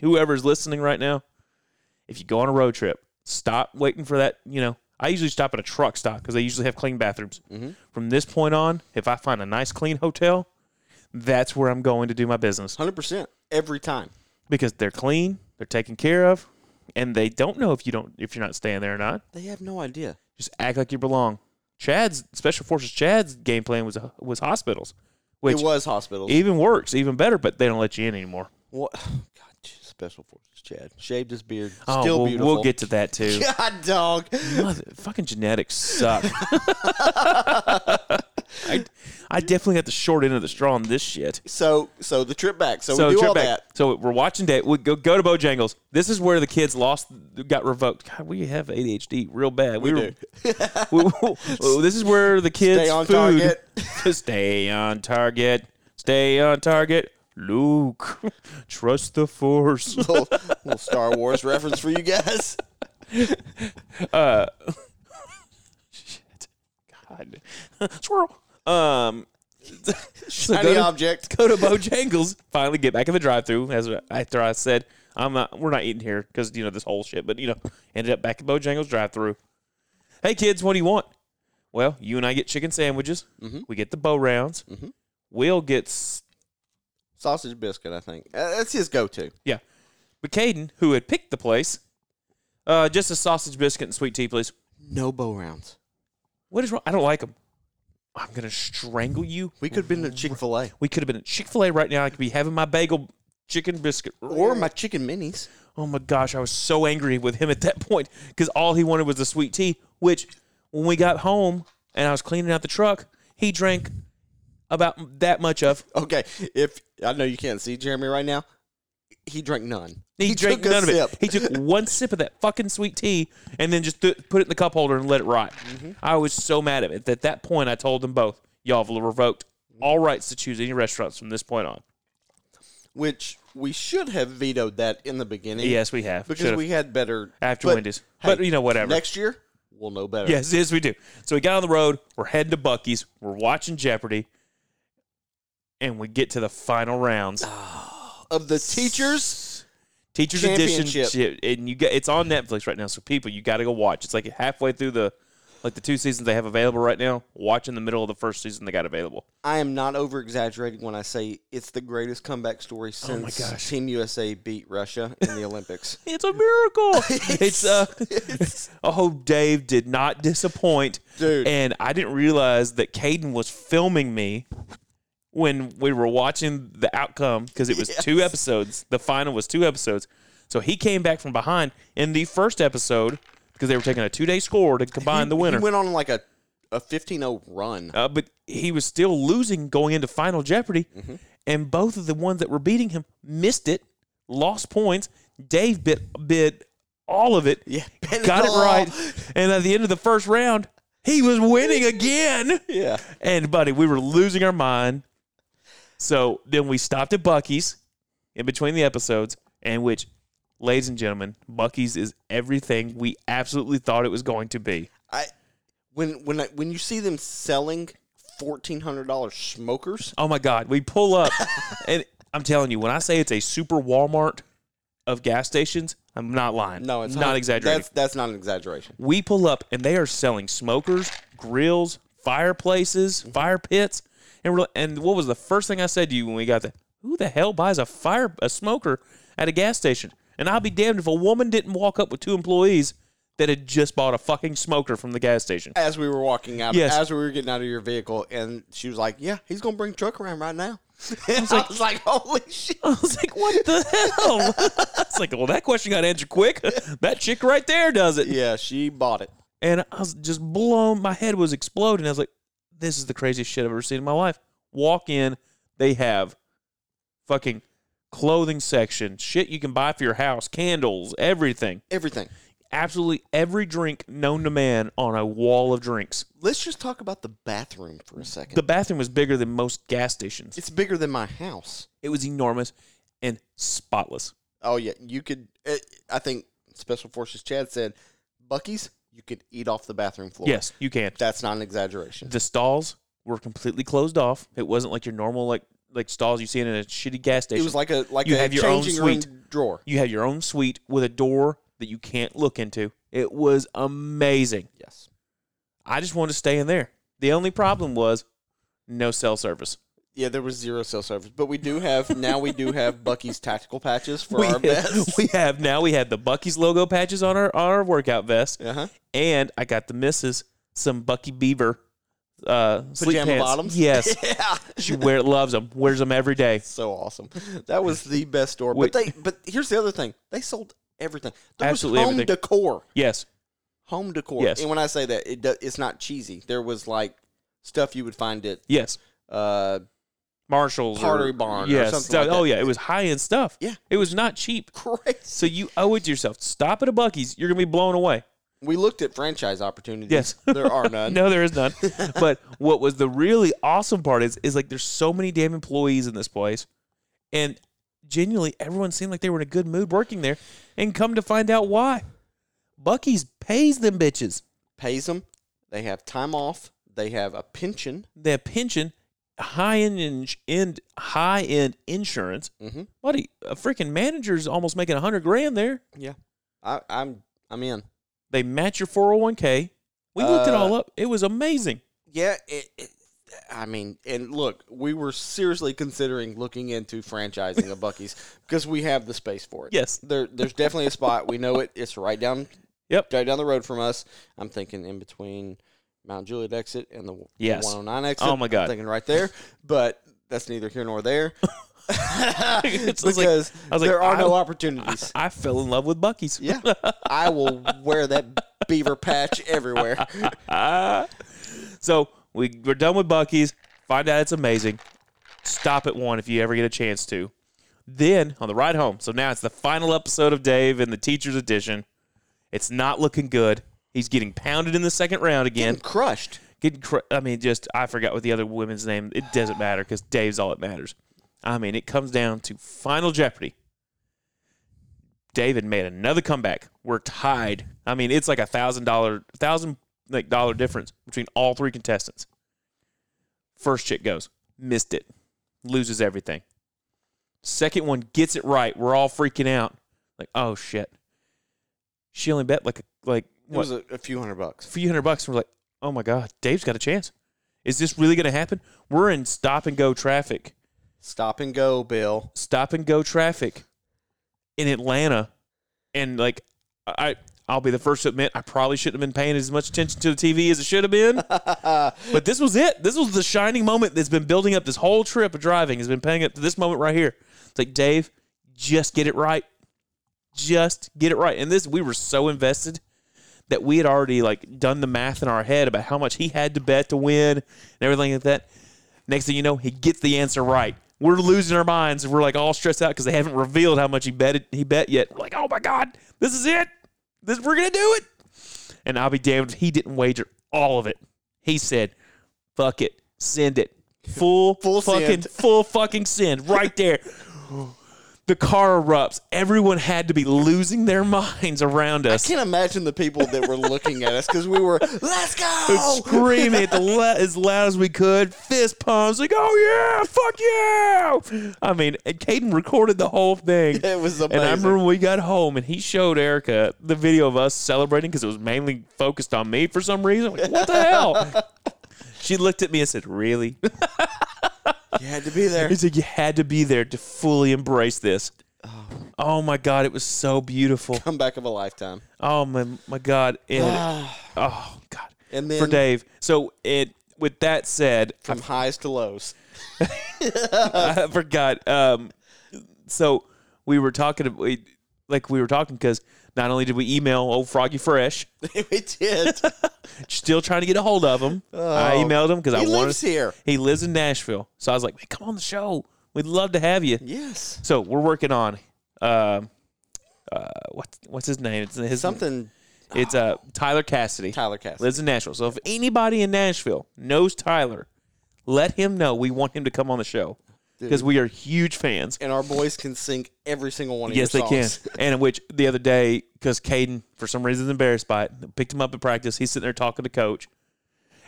S1: whoever's listening right now, if you go on a road trip, stop waiting for that, you know. I usually stop at a truck stop because they usually have clean bathrooms. From this point on, if I find a nice clean hotel, that's where I'm going to do my business.
S4: hundred percent every time.
S1: because they're clean, they're taken care of, and they don't know if you don't if you're not staying there or not.
S4: They have no idea.
S1: Just act like you belong. Chad's special forces Chad's game plan was uh, was hospitals, which
S4: it was hospitals.
S1: even works even better, but they don't let you in anymore.
S4: what? God, geez, special forces. Chad shaved his beard.
S1: Oh,
S4: Still
S1: we'll,
S4: beautiful.
S1: we'll get to that too.
S4: God, dog.
S1: Mother, fucking genetics suck. I, I definitely got the short end of the straw on this shit.
S4: So, so the trip back. So,
S1: so
S4: we do
S1: trip
S4: all
S1: back.
S4: that.
S1: So we're watching day. We go go to Bojangles. This is where the kids lost, got revoked. God, we have ADHD real bad. We, were. we- we- this is where the kids
S4: Stay on
S1: food. target. stay on target. Stay on target. Luke, trust the force.
S4: little, little Star Wars reference for you guys.
S1: God. Squirrel. Um. so
S4: Any
S1: go, to,
S4: object.
S1: go to Bojangles. Finally, get back in the drive-through. As I- after I said, I'm not. We're not eating here because you know this whole shit. But you know, ended up back at Bojangles drive-through. Hey kids, what do you want? Well, you and I get chicken sandwiches.
S4: Mm-hmm.
S1: We get the bow rounds. Will gets
S4: Sausage biscuit, I think. Uh, that's his go-to.
S1: yeah. But Caden, who had picked the place, uh, just a sausage biscuit and sweet tea, please.
S4: No bow rounds.
S1: What is wrong? I don't like them. I'm gonna strangle you.
S4: We could have been at Chick-fil-A.
S1: Mm. We could have been at Chick Fil A right now. I could be having my bagel chicken biscuit.
S4: Or my chicken minis.
S1: Oh my gosh, I was so angry with him at that point because all he wanted was the sweet tea. Which, when we got home and I was cleaning out the truck, he drank about that much of.
S4: Okay, if I know you can't see Jeremy right now, he drank none.
S1: He, drank
S4: took a
S1: none of it.
S4: sip.
S1: He took one sip of that fucking sweet tea and then just th- put it in the cup holder and let it rot. I was so mad at it. At that point, I told them both, y'all have revoked all rights to choose any restaurants from this point on.
S4: Which we should have vetoed that in the beginning.
S1: Yes, we have.
S4: because
S1: Should've.
S4: we had better
S1: After
S4: but,
S1: Wendy's. But, you know, whatever.
S4: Next year we'll know better.
S1: Yes, yes, we do. So we got on the road. We're heading to Bucky's. We're watching Jeopardy, and we get to the final rounds.
S4: Ah, Of the teachers,
S1: Teachers Edition,
S4: Championship.
S1: shit, and you got it's on Netflix right now. So people, you got to go watch. It's like halfway through the like the two seasons they have available right now. Watch in the middle of the first season they got available.
S4: I am not over exaggerating when I say it's the greatest comeback story since
S1: Oh gosh.
S4: Team USA beat Russia in the Olympics.
S1: It's a miracle. it's uh, oh, Dave did not disappoint,
S4: Dude.
S1: And I didn't realize that Caden was filming me when we were watching the outcome because it was two episodes. The final was two episodes, so he came back from behind in the first episode because they were taking a two-day score to combine the winner.
S4: He went on like a a 15-0 run.
S1: uh, but he was still losing going into Final Jeopardy,
S4: Mm-hmm.
S1: and both of the ones that were beating him missed it, lost points. Dave bit bit all of it,
S4: Yeah, bit it
S1: got it
S4: all.
S1: right, and at the end of the first round, he was winning again.
S4: Yeah.
S1: And buddy, we were losing our mind. So then we stopped at Bucky's in between the episodes, and which, ladies and gentlemen, Bucky's is everything we absolutely thought it was going to be.
S4: I when when I, when you see them selling $1400 smokers
S1: Oh my God, we pull up, and I'm telling you, when I say it's a super Walmart of gas stations, I'm not lying.
S4: No, it's
S1: not exaggerating.
S4: That's that's not an exaggeration.
S1: we pull up, and they are selling smokers, grills, fireplaces,
S4: Mm-hmm.
S1: fire pits, and we're, and what was the first thing I said to you when we got there? Who the hell buys a fire a smoker at a gas station? And I'll be damned if a woman didn't walk up with two employees that had just bought a fucking smoker from the gas station.
S4: As we were walking out,
S1: Yes.
S4: as we were getting out of your vehicle, and she was like, "Yeah, he's gonna bring a truck around right now." I was like, "Holy shit!"
S1: I was like, what the hell? It's like, well, that question got answered quick. That chick right there does it.
S4: Yeah, she bought it.
S1: And I was just blown. My head was exploding. I was like, this is the craziest shit I've ever seen in my life. Walk in, they have fucking clothing section, shit you can buy for your house, candles, everything.
S4: Everything.
S1: Absolutely every drink known to man on a wall of drinks.
S4: Let's just talk about the bathroom for a second.
S1: The bathroom was bigger than most gas stations.
S4: it's bigger than my house.
S1: It was enormous.
S3: and spotless.
S4: Oh yeah, you could. eh, I think Special Forces Chad said, "Bucky's, you could eat off the bathroom floor."
S3: Yes, you can.
S4: that's not an exaggeration.
S3: The stalls were completely closed off. It wasn't like your normal like like stalls you see in a shitty gas station.
S4: It was like a like
S3: You
S4: a
S3: have your own
S4: changing room
S3: suite.
S4: drawer.
S3: you have your own suite with a door that you can't look into. It was amazing.
S4: Yes.
S3: I just wanted to stay in there. The only problem was no cell service.
S4: Yeah, there was zero cell service, but we do have now. We do have Bucky's tactical patches for
S3: we,
S4: our vests.
S3: we have now we had the Bucky's logo patches on our on our workout vest,
S4: Uh-huh.
S3: and I got the missus some Bucky Beaver uh, sleep
S4: Pajama
S3: pants.
S4: bottoms?
S3: Yes,
S4: Yeah.
S3: she wear loves them, wears them every day.
S4: So awesome. That was the best store.
S3: Wait.
S4: But they but here's the other thing. They sold everything. There
S3: Absolutely
S4: was home
S3: everything.
S4: decor.
S3: Yes,
S4: Home decor.
S3: Yes.
S4: And when I say that, it do, it's not cheesy. There was like stuff you would find at
S3: yes,
S4: uh
S3: Marshalls,
S4: Pottery
S3: or,
S4: Barn or
S3: yes,
S4: something
S3: stuff-
S4: like that.
S3: oh yeah, it was high end stuff.
S4: Yeah.
S3: it was not cheap.
S4: crazy.
S3: So you owe it to yourself. Stop at a Bucky's, you're gonna be blown away.
S4: We looked at franchise opportunities.
S3: Yes.
S4: There are none.
S3: No, there is none. but what was the really awesome part is is like there's so many damn employees in this place, and genuinely everyone seemed like they were in a good mood working there, and come to find out why, Bucky's pays them bitches
S4: Pays them. They have time off. They have a pension.
S3: their pension, high end ins- end high end insurance.
S4: Mhm.
S3: Buddy, a freaking manager's almost making a hundred grand there.
S4: Yeah. I, I'm I'm in.
S3: They match your 401k. We looked it
S4: Uh,
S3: all up. It was amazing.
S4: Yeah, it, it, I mean, and look, we were seriously considering looking into franchising a Bucky's because we have the space for it.
S3: Yes.
S4: there, there's definitely a spot. We know it. It's right down,
S3: Yep.
S4: right down the road from us. I'm thinking in between Mount Juliet exit and the
S3: Yes.
S4: 109 exit.
S3: Oh, my God.
S4: I'm thinking right there, but that's neither here nor there
S3: It's
S4: because
S3: like- I was like,
S4: there are no
S3: I-
S4: opportunities.
S3: I fell in love with Bucky's.
S4: yeah, I will wear that beaver patch everywhere.
S3: So we, we're done with Bucky's. Find out it's amazing. Stop at one if you ever get a chance to. Then on the ride home. So now it's the final episode of Dave in the teacher's edition. It's not looking good. He's getting pounded in the second round again.
S4: And crushed.
S3: Getting, cr- I mean, just I forgot what the other woman's name. It doesn't matter because Dave's all that matters. I mean, it comes down to Final Jeopardy. David made another comeback. We're tied. I mean, it's like a thousand dollar, thousand like dollar difference between all three contestants. First chick goes, missed it, loses everything. Second one gets it right. We're all freaking out. Like, oh shit. She only bet like a, like
S4: It was a, a few hundred bucks.
S3: few hundred bucks. And we're like, oh my God, Dave's got a chance. Is this really going to happen? We're in stop and go traffic,
S4: Stop and go, Bill.
S3: stop and go traffic in Atlanta. And like, I, I'll be the first to admit, I probably shouldn't have been paying as much attention to the TV as it should have been. but this was it. This was the shining moment that's been building up this whole trip of driving, has been paying up to this moment right here. It's like, Dave, just get it right. Just get it right. And this, we were so invested that we had already like done the math in our head about how much he had to bet to win and everything like that. Next thing you know, he gets the answer right. We're losing our minds and we're like all stressed out because they haven't revealed how much he bet he bet yet. We're like, oh my god, this is it. This we're gonna do it. And I'll be damned if he didn't wager all of it. He said, "Fuck it, send it, full,
S4: Full
S3: fucking
S4: send.
S3: full fucking send right there." The car erupts. Everyone had to be losing their minds around us.
S4: can't imagine the people that were looking at us because we were, let's go!
S3: screaming at the la- as loud as we could, fist pumps, like, "Oh yeah, fuck yeah!" I mean, and Caden recorded the whole thing.
S4: It was
S3: And I
S4: amazing.
S3: remember when we got home and he showed Erica the video of us celebrating because it was mainly focused on me for some reason. I'm like, what the hell? She looked at me and said, "Really?"
S4: You had to be there.
S3: He said, "You had to be there to fully embrace this." Oh my God, it was so beautiful.
S4: Comeback of a lifetime.
S3: Oh my my God, and oh God,
S4: And
S3: for
S4: then Uh.
S3: Dave. So it. With that said,
S4: from highs to lows.
S3: I forgot. Um, so we were talking, we, like we were talking, because not only did we email old Froggy Fresh,
S4: we did.
S3: still trying to get a hold of him. I emailed him because I
S4: Oh. He
S3: wanted.
S4: lives here.
S3: He lives in Nashville, so I was like, "Man, come on the show. We'd love to have you."
S4: Yes.
S3: So we're working on, um, uh, what's what's his name? It's his
S4: Something
S3: It's uh Tyler Cassidy.
S4: Tyler Cassidy.
S3: lives in Nashville. So if anybody in Nashville knows Tyler, let him know. We want him to come on the show. because we are huge fans.
S4: and our boys can sing every single one of
S3: Yes, they
S4: your
S3: can.
S4: songs.
S3: And in which the other day, because Caden, for some reason, is embarrassed by it, picked him up at practice. He's sitting there talking to coach.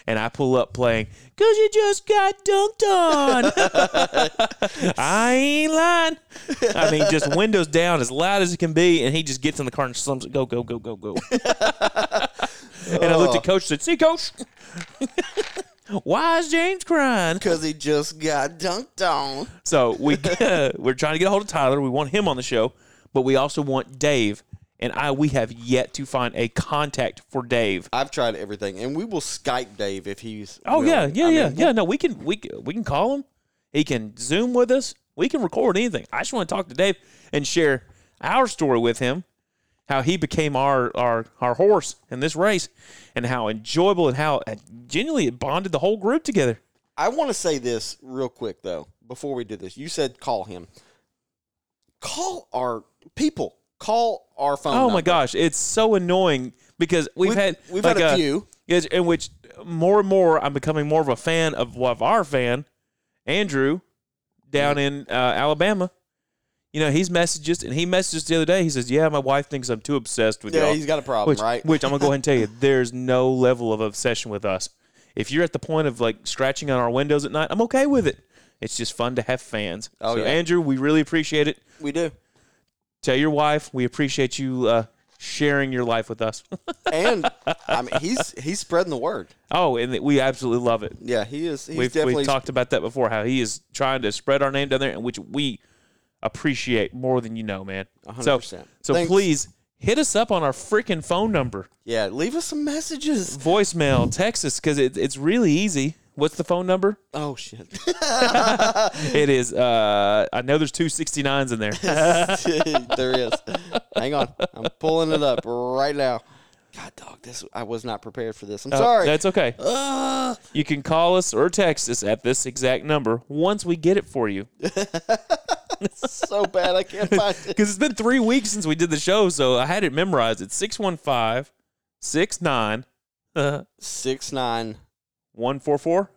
S3: And I pull up playing, because you just got dunked on. I ain't lying. I mean, just windows down as loud as it can be. And he just gets in the car and slumps it, go, go, go, go, go. and I
S4: Oh.
S3: looked at coach and said, see, coach, why is James crying?
S4: Because he just got dunked on.
S3: So we we're trying to get a hold of Tyler. We want him on the show, but we also want Dave. And I we have yet to find a contact for Dave.
S4: I've tried everything, and we will Skype Dave if he's.
S3: Oh
S4: willing.
S3: yeah, yeah,
S4: I
S3: yeah,
S4: mean,
S3: yeah. No, we can we c- we can call him. He can Zoom with us. We can record anything. I just want to talk to Dave and share our story with him, how he became our our our horse in this race, and how enjoyable and how uh, genuinely it bonded the whole group together.
S4: I want to say this real quick though before we do this. You said call him. Call our people. Call our phone.
S3: Oh my
S4: number.
S3: gosh, it's so annoying because we've,
S4: We've-
S3: had
S4: we've
S3: like
S4: had a few.
S3: yes, in which more and more I'm becoming more of a fan of, of our fan Andrew down in uh, Alabama. You know, he's messaged us and he messaged us the other day. He says, "Yeah, my wife thinks I'm too obsessed with
S4: Yeah,
S3: y'all."
S4: he's got a problem,
S3: which,
S4: right?
S3: Which I'm gonna go ahead and tell you, there's no level of obsession with us. If you're at the point of like scratching on our windows at night, I'm okay with it. It's just fun to have fans.
S4: Oh,
S3: so,
S4: yeah.
S3: Andrew, we really appreciate it
S4: we do.
S3: tell your wife we appreciate you uh, sharing your life with us.
S4: And I mean, he's he's spreading the word.
S3: oh, and we absolutely love it.
S4: Yeah, he is. He's
S3: We've,
S4: definitely
S3: we've talked about that before, how he is trying to spread our name down there, and which we appreciate more than you know, man. So,
S4: 100%.
S3: so
S4: Thanks.
S3: please hit us up on our freaking phone number,
S4: Yeah, leave us some messages.
S3: voicemail, text us, because it, it's really easy. What's the phone number?
S4: Oh shit.
S3: It is, uh, I know there's two 69s in there. Uh,
S4: there is. Hang on, I'm pulling it up right now. God, dog, this I was not prepared for this. I'm
S3: Uh,
S4: sorry.
S3: That's okay.
S4: Ah.
S3: You can call us or text us at this exact number once we get it for you.
S4: so bad I can't find it.
S3: Because it's been three weeks since we did the show, so I had it memorized. It's 615 69
S4: Six nine.
S3: 144.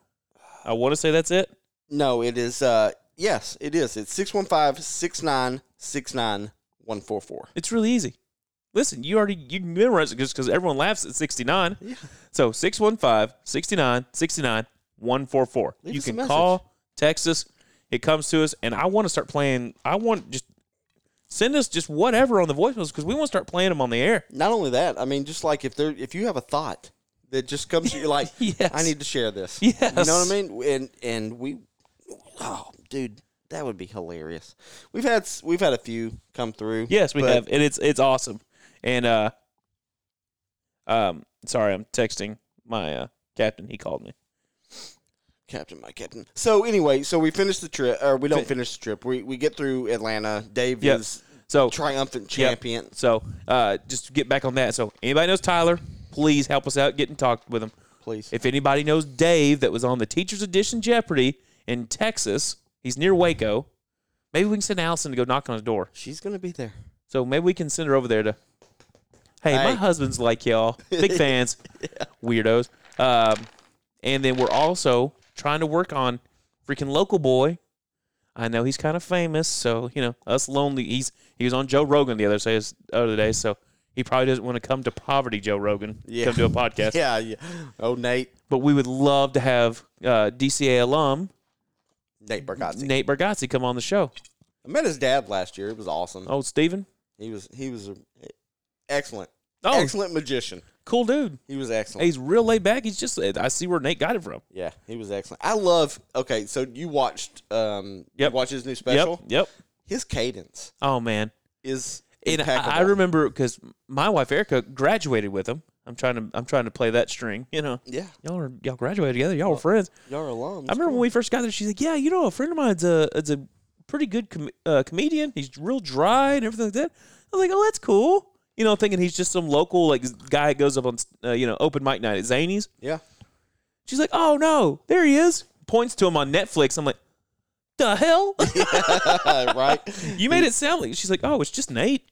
S3: I want to say that's it.
S4: No, it is. Uh, yes, it is. It's six one five six nine six nine one four four.
S3: It's really easy. Listen, you already you memorized it just because everyone laughs at 69. So 615 69 69 144.
S4: Leave
S3: You
S4: us a
S3: can
S4: message.
S3: call, text us. It comes to us, and I want to start playing. I want just send us just whatever on the voicemails because we want to start playing them on the air.
S4: Not only that, I mean, just like if there, if you have a thought that just comes, to you, you're like,
S3: Yes.
S4: I need to share this.
S3: Yes.
S4: you know what I mean. And and we, oh, dude, that would be hilarious. We've had s- we've had a few come through.
S3: Yes, we
S4: but-
S3: have, and it's it's awesome. And uh, um, sorry, I'm texting my uh, captain. He called me.
S4: Captain, my captain. So anyway, so we finish the trip, or we don't finish the trip. We we get through Atlanta. Dave
S3: Yep.
S4: is
S3: So
S4: triumphant
S3: yep.
S4: champion.
S3: So uh, just to get back on that. So anybody knows Tyler, please help us out. Get in talk with him.
S4: Please,
S3: If anybody knows Dave that was on the Teachers Edition Jeopardy in Texas, he's near Waco. Maybe we can send Allison to go knock on his door.
S4: she's gonna be there.
S3: So maybe we can send her over there to. Hey, my
S4: Hey.
S3: husband's like y'all, big fans, weirdos. Um, and then we're also trying to work on freaking local boy. I know he's kind of famous, so you know us lonely. He's he was on Joe Rogan the other day, other day, so he probably doesn't want to come to poverty. Joe Rogan
S4: Yeah.
S3: come to a podcast,
S4: Yeah, yeah. Oh, Nate,
S3: but we would love to have uh, DCA alum
S4: Nate Bargatze.
S3: Nate Bargatze come on the show.
S4: I met his dad last year. It was awesome.
S3: Oh, Steven.
S4: He was he was a, excellent,
S3: oh,
S4: excellent magician.
S3: cool dude.
S4: He was excellent.
S3: He's real laid back. He's just I see where Nate got it from.
S4: yeah, he was excellent. I love. Okay, so you watched um
S3: Yep.
S4: you watched his new special.
S3: Yep. Yep.
S4: His cadence
S3: Oh man.
S4: is
S3: And
S4: impeccable.
S3: I, I remember because my wife Erica graduated with him. I'm trying to I'm trying to play that string. You know,
S4: yeah,
S3: y'all are y'all graduated together. Y'all were friends.
S4: y'all are alums.
S3: I remember when we first got there. She's like, "Yeah, you know, a friend of mine's a is a pretty good com- uh, comedian. He's real dry and everything like that." I was like, "Oh, that's cool." You know, thinking he's just some local like guy that goes up on uh, you know open mic night at Zany's.
S4: yeah.
S3: She's like, "Oh no, there he is!" Points to him on Netflix. I'm like, "The hell."
S4: Uh, right.
S3: You made it sound like she's like, oh, it's just Nate,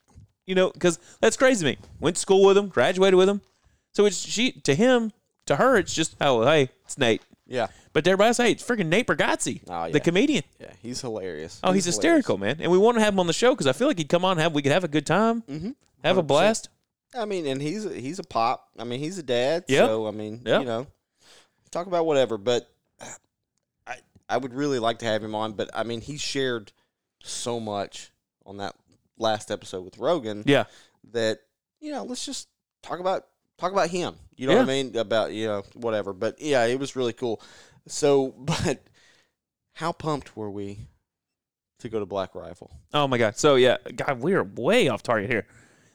S3: you know, because that's crazy to me. Went to school with him, graduated with him, so it's she to him to her. It's just oh, hey, it's Nate.
S4: Yeah.
S3: But to everybody else, hey, it's freaking Nate Bargatze,
S4: Oh, yeah.
S3: the comedian.
S4: Yeah. He's hilarious.
S3: Oh, he's,
S4: hilarious.
S3: hysterical, man. And we want to have him on the show because I feel like he'd come on, and have we could have a good time,
S4: Mhm.
S3: have a
S4: 100%.
S3: blast.
S4: I mean, and he's a, he's a pop. I mean, he's a dad.
S3: Yeah.
S4: So I mean,
S3: Yeah.
S4: you know, talk about whatever. But I I would really like to have him on. But I mean, he shared so much on that last episode with Rogan
S3: Yeah,
S4: that you know, let's just talk about talk about him. You know what I mean? About you know whatever. But yeah, it was really cool. So, but how pumped were we to go to Black Rifle?
S3: Oh my god. So yeah, God, we are way off target here.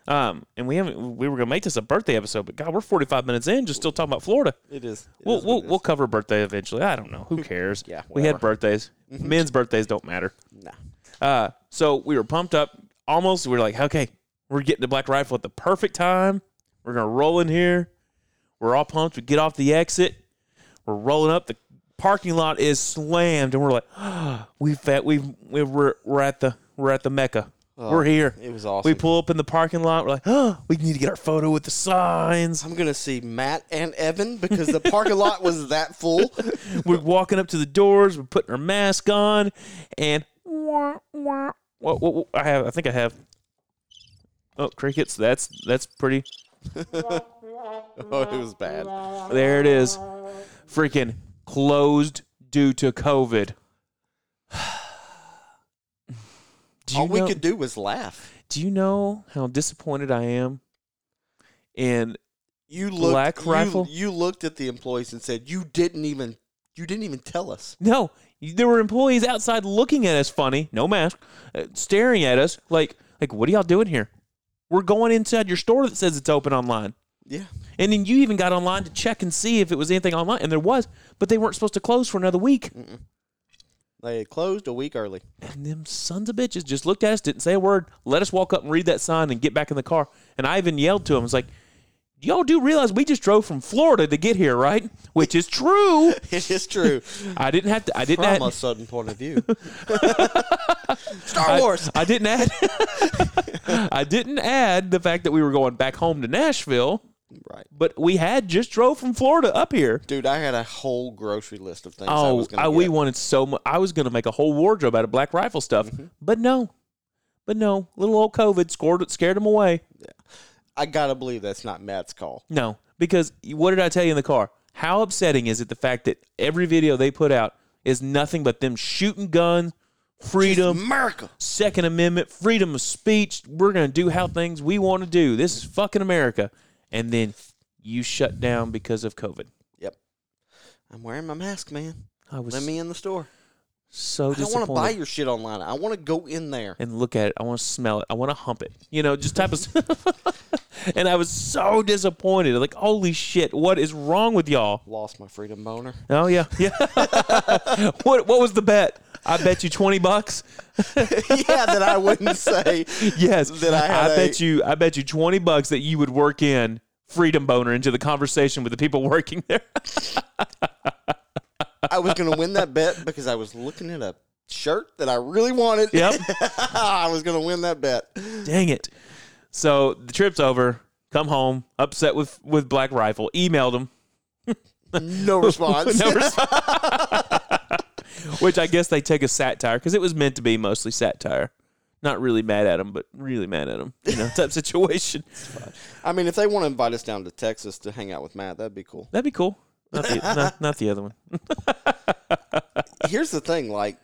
S3: Um, and we haven't. We were gonna make this a birthday episode, but God, we're forty five minutes in, just still talking about Florida.
S4: It is. it
S3: We'll
S4: is what
S3: we'll,
S4: it is.
S3: we'll cover birthday eventually. I don't know. Who cares?
S4: Yeah,
S3: we had
S4: whatever.
S3: birthdays. Men's birthdays don't matter.
S4: Nah.
S3: Uh, so we were pumped up. Almost, we were like, okay, we're getting to Black Rifle at the perfect time. We're gonna roll in here. We're all pumped. We get off the exit. We're rolling up. The parking lot is slammed, and we're like, ah, we've at, we've we're we're at the we're at the Mecca. we're here.
S4: Oh, It was awesome.
S3: We pull up in the parking lot. We're like, oh, we need to get our photo with the signs.
S4: I'm gonna see Matt and Evan because the parking lot was that full.
S3: We're walking up to the doors. We're putting our mask on, and wah, wah, wah, wah, wah. I have. I think I have. Oh, crickets. That's that's pretty.
S4: Oh, it was bad.
S3: There it is. Freaking closed due to COVID. Do you
S4: All we
S3: know-
S4: could do was laugh.
S3: do you know how disappointed I am in
S4: You looked,
S3: Black
S4: you-
S3: Rifle?
S4: You, looked at the employees and said, "You didn't even, you didn't even tell us."
S3: No, there were employees outside looking at us funny, no mask, uh, staring at us like, like, what are y'all doing here? We're going inside your store that says it's open online.
S4: Yeah,
S3: And then you even got online to check and see if it was anything online, and there was, but they weren't supposed to close for another week.
S4: they had closed a week early.
S3: And them sons of bitches just looked at us, didn't say a word, let us walk up and read that sign and get back in the car. And I even yelled to them, "It's like, y'all do realize we just drove from Florida to get here, right? Which is true.
S4: It is true
S3: I didn't have to. I didn't.
S4: from
S3: have,
S4: a sudden point of view. Star Wars.
S3: I didn't add. I didn't add the fact that we were going back home to Nashville,
S4: right,
S3: but we had just drove from Florida up here.
S4: dude. I had a whole grocery list of things. I
S3: Oh,
S4: was gonna
S3: I- we
S4: get.
S3: wanted so much. I was going to make a whole wardrobe out of Black Rifle stuff,
S4: Mm-hmm.
S3: but no, but no, little old COVID scored scared him away.
S4: I gotta believe that's not Matt's call.
S3: No, because what did I tell you in the car? How upsetting is it the fact that every video they put out is nothing but them shooting guns, freedom,
S4: America.
S3: Second Amendment, freedom of speech. We're going to do how things we want to do. This is fucking America. And then you shut down because of COVID.
S4: Yep. I'm wearing my mask, man.
S3: I was
S4: Let me in the store.
S3: so
S4: I don't want
S3: disappointed.
S4: to buy your shit online. I want to go in there.
S3: and look at it. I want to smell it. I want to hump it. You know, just type of stuff. and I was so disappointed. Like, holy shit, what is wrong with y'all?
S4: Lost my freedom boner.
S3: Oh yeah, yeah. what what was the bet? I bet you twenty bucks.
S4: yeah, that I wouldn't say.
S3: Yes,
S4: That I had a-
S3: bet you. I bet you twenty bucks that you would work in freedom boner into the conversation with the people working there.
S4: I was going to win that bet because I was looking at a shirt that I really wanted.
S3: Yep.
S4: I was going to win that bet.
S3: Dang it! So the trip's over. Come home, upset with with Black Rifle. Emailed him,
S4: No response.
S3: No response. which I guess they take a satire because it was meant to be mostly satire. Not really mad at him, but really mad at him. You know, type situation.
S4: I mean, if they want to invite us down to Texas to hang out with Matt, that'd be cool.
S3: That'd be cool. Not the, not, not the other one.
S4: Here's the thing, like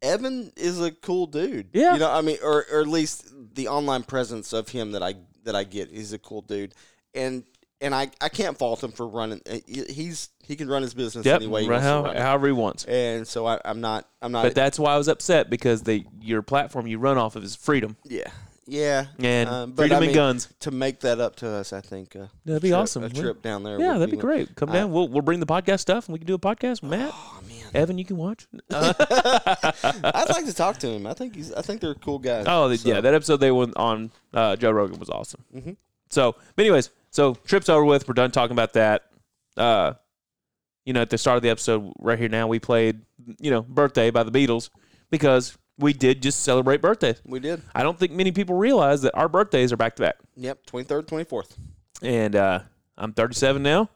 S4: Evan is a cool dude.
S3: Yeah.
S4: You know, I mean or or at least the online presence of him that I that I get. He's a cool dude. And and I, I can't fault him for running. uh, he- He's he can run his business
S3: Yep.
S4: anyway.
S3: right, how, however he wants.
S4: and so I, I'm not I'm not.
S3: But that's why I was upset because the your platform you run off of is freedom.
S4: yeah yeah.
S3: And
S4: um, but
S3: freedom
S4: I
S3: and
S4: mean,
S3: guns.
S4: to make that up to us. I think uh,
S3: That'd be
S4: trip-
S3: awesome,
S4: A
S3: wouldn't
S4: trip down there.
S3: Yeah,
S4: would
S3: that'd be great. Come
S4: I-
S3: down. We'll we'll bring the podcast stuff and we can do a podcast. Matt,
S4: Oh man,
S3: Evan, you can watch.
S4: I'd like to talk to him. I think he's I think they're cool guys.
S3: Oh, the,
S4: So, mm-hmm,
S3: yeah, that episode they went on uh, Joe Rogan was awesome. So, but anyways, so trip's over with. We're done talking about that. Uh, you know, at the start of the episode, right here now, we played you know "Birthday" by the Beatles because we did just celebrate birthdays.
S4: we did.
S3: I don't think many people realize that our birthdays are back to back.
S4: Yep, twenty third, twenty fourth.
S3: And uh, I'm 37 now.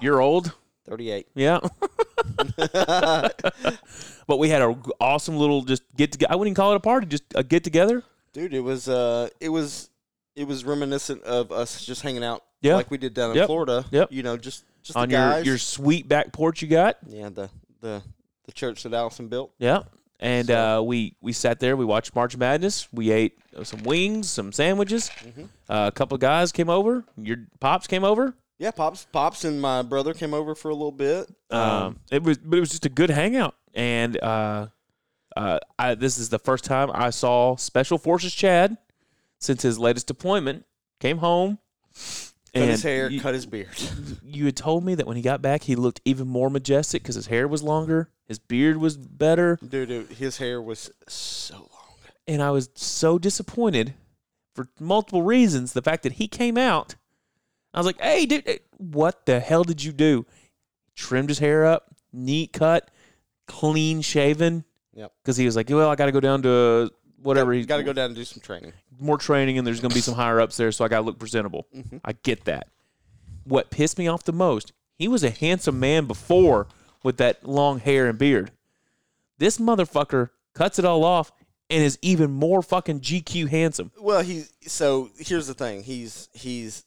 S3: You're old.
S4: Thirty-eight.
S3: Yeah. but we had an awesome little just get together. I wouldn't even call it a party, just a get together.
S4: Dude, it was uh, it was it was reminiscent of us just hanging out,
S3: Yeah.
S4: like we did down in
S3: Yep.
S4: Florida.
S3: Yep.
S4: You know, just just
S3: on
S4: the
S3: your,
S4: guys.
S3: your sweet back porch you got.
S4: yeah, the the the church that Allison built.
S3: Yeah. And uh, we we sat there. We watched March Madness. We ate uh, some wings, some sandwiches.
S4: Mm-hmm.
S3: Uh, a couple of guys came over. Your pops came over.
S4: Yeah, pops, pops, and my brother came over for a little bit.
S3: Um, it was, but it was just a good hangout. And uh, uh, I, this is the first time I saw Special Forces Chad since his latest deployment. Came home.
S4: Cut his hair,
S3: you-
S4: cut his beard.
S3: you had told me that when he got back, he looked even more majestic because his hair was longer, his beard was better,
S4: Dude, it- his hair was so long.
S3: and I was so disappointed for multiple reasons. The fact that he came out, I was like, "Hey, dude, eh, what the hell did you do?" Trimmed his hair up, neat cut, clean shaven.
S4: Yep.
S3: Because he was like, "Well, I got to go down to whatever he's
S4: Got to go down and do some training.
S3: more training and there's going to be some higher ups there, so I got to look presentable. I get that. What pissed me off the most, he was a handsome man before with that long hair and beard. This motherfucker cuts it all off and is even more fucking GQ handsome.
S4: Well, he's so here's the thing. He's he's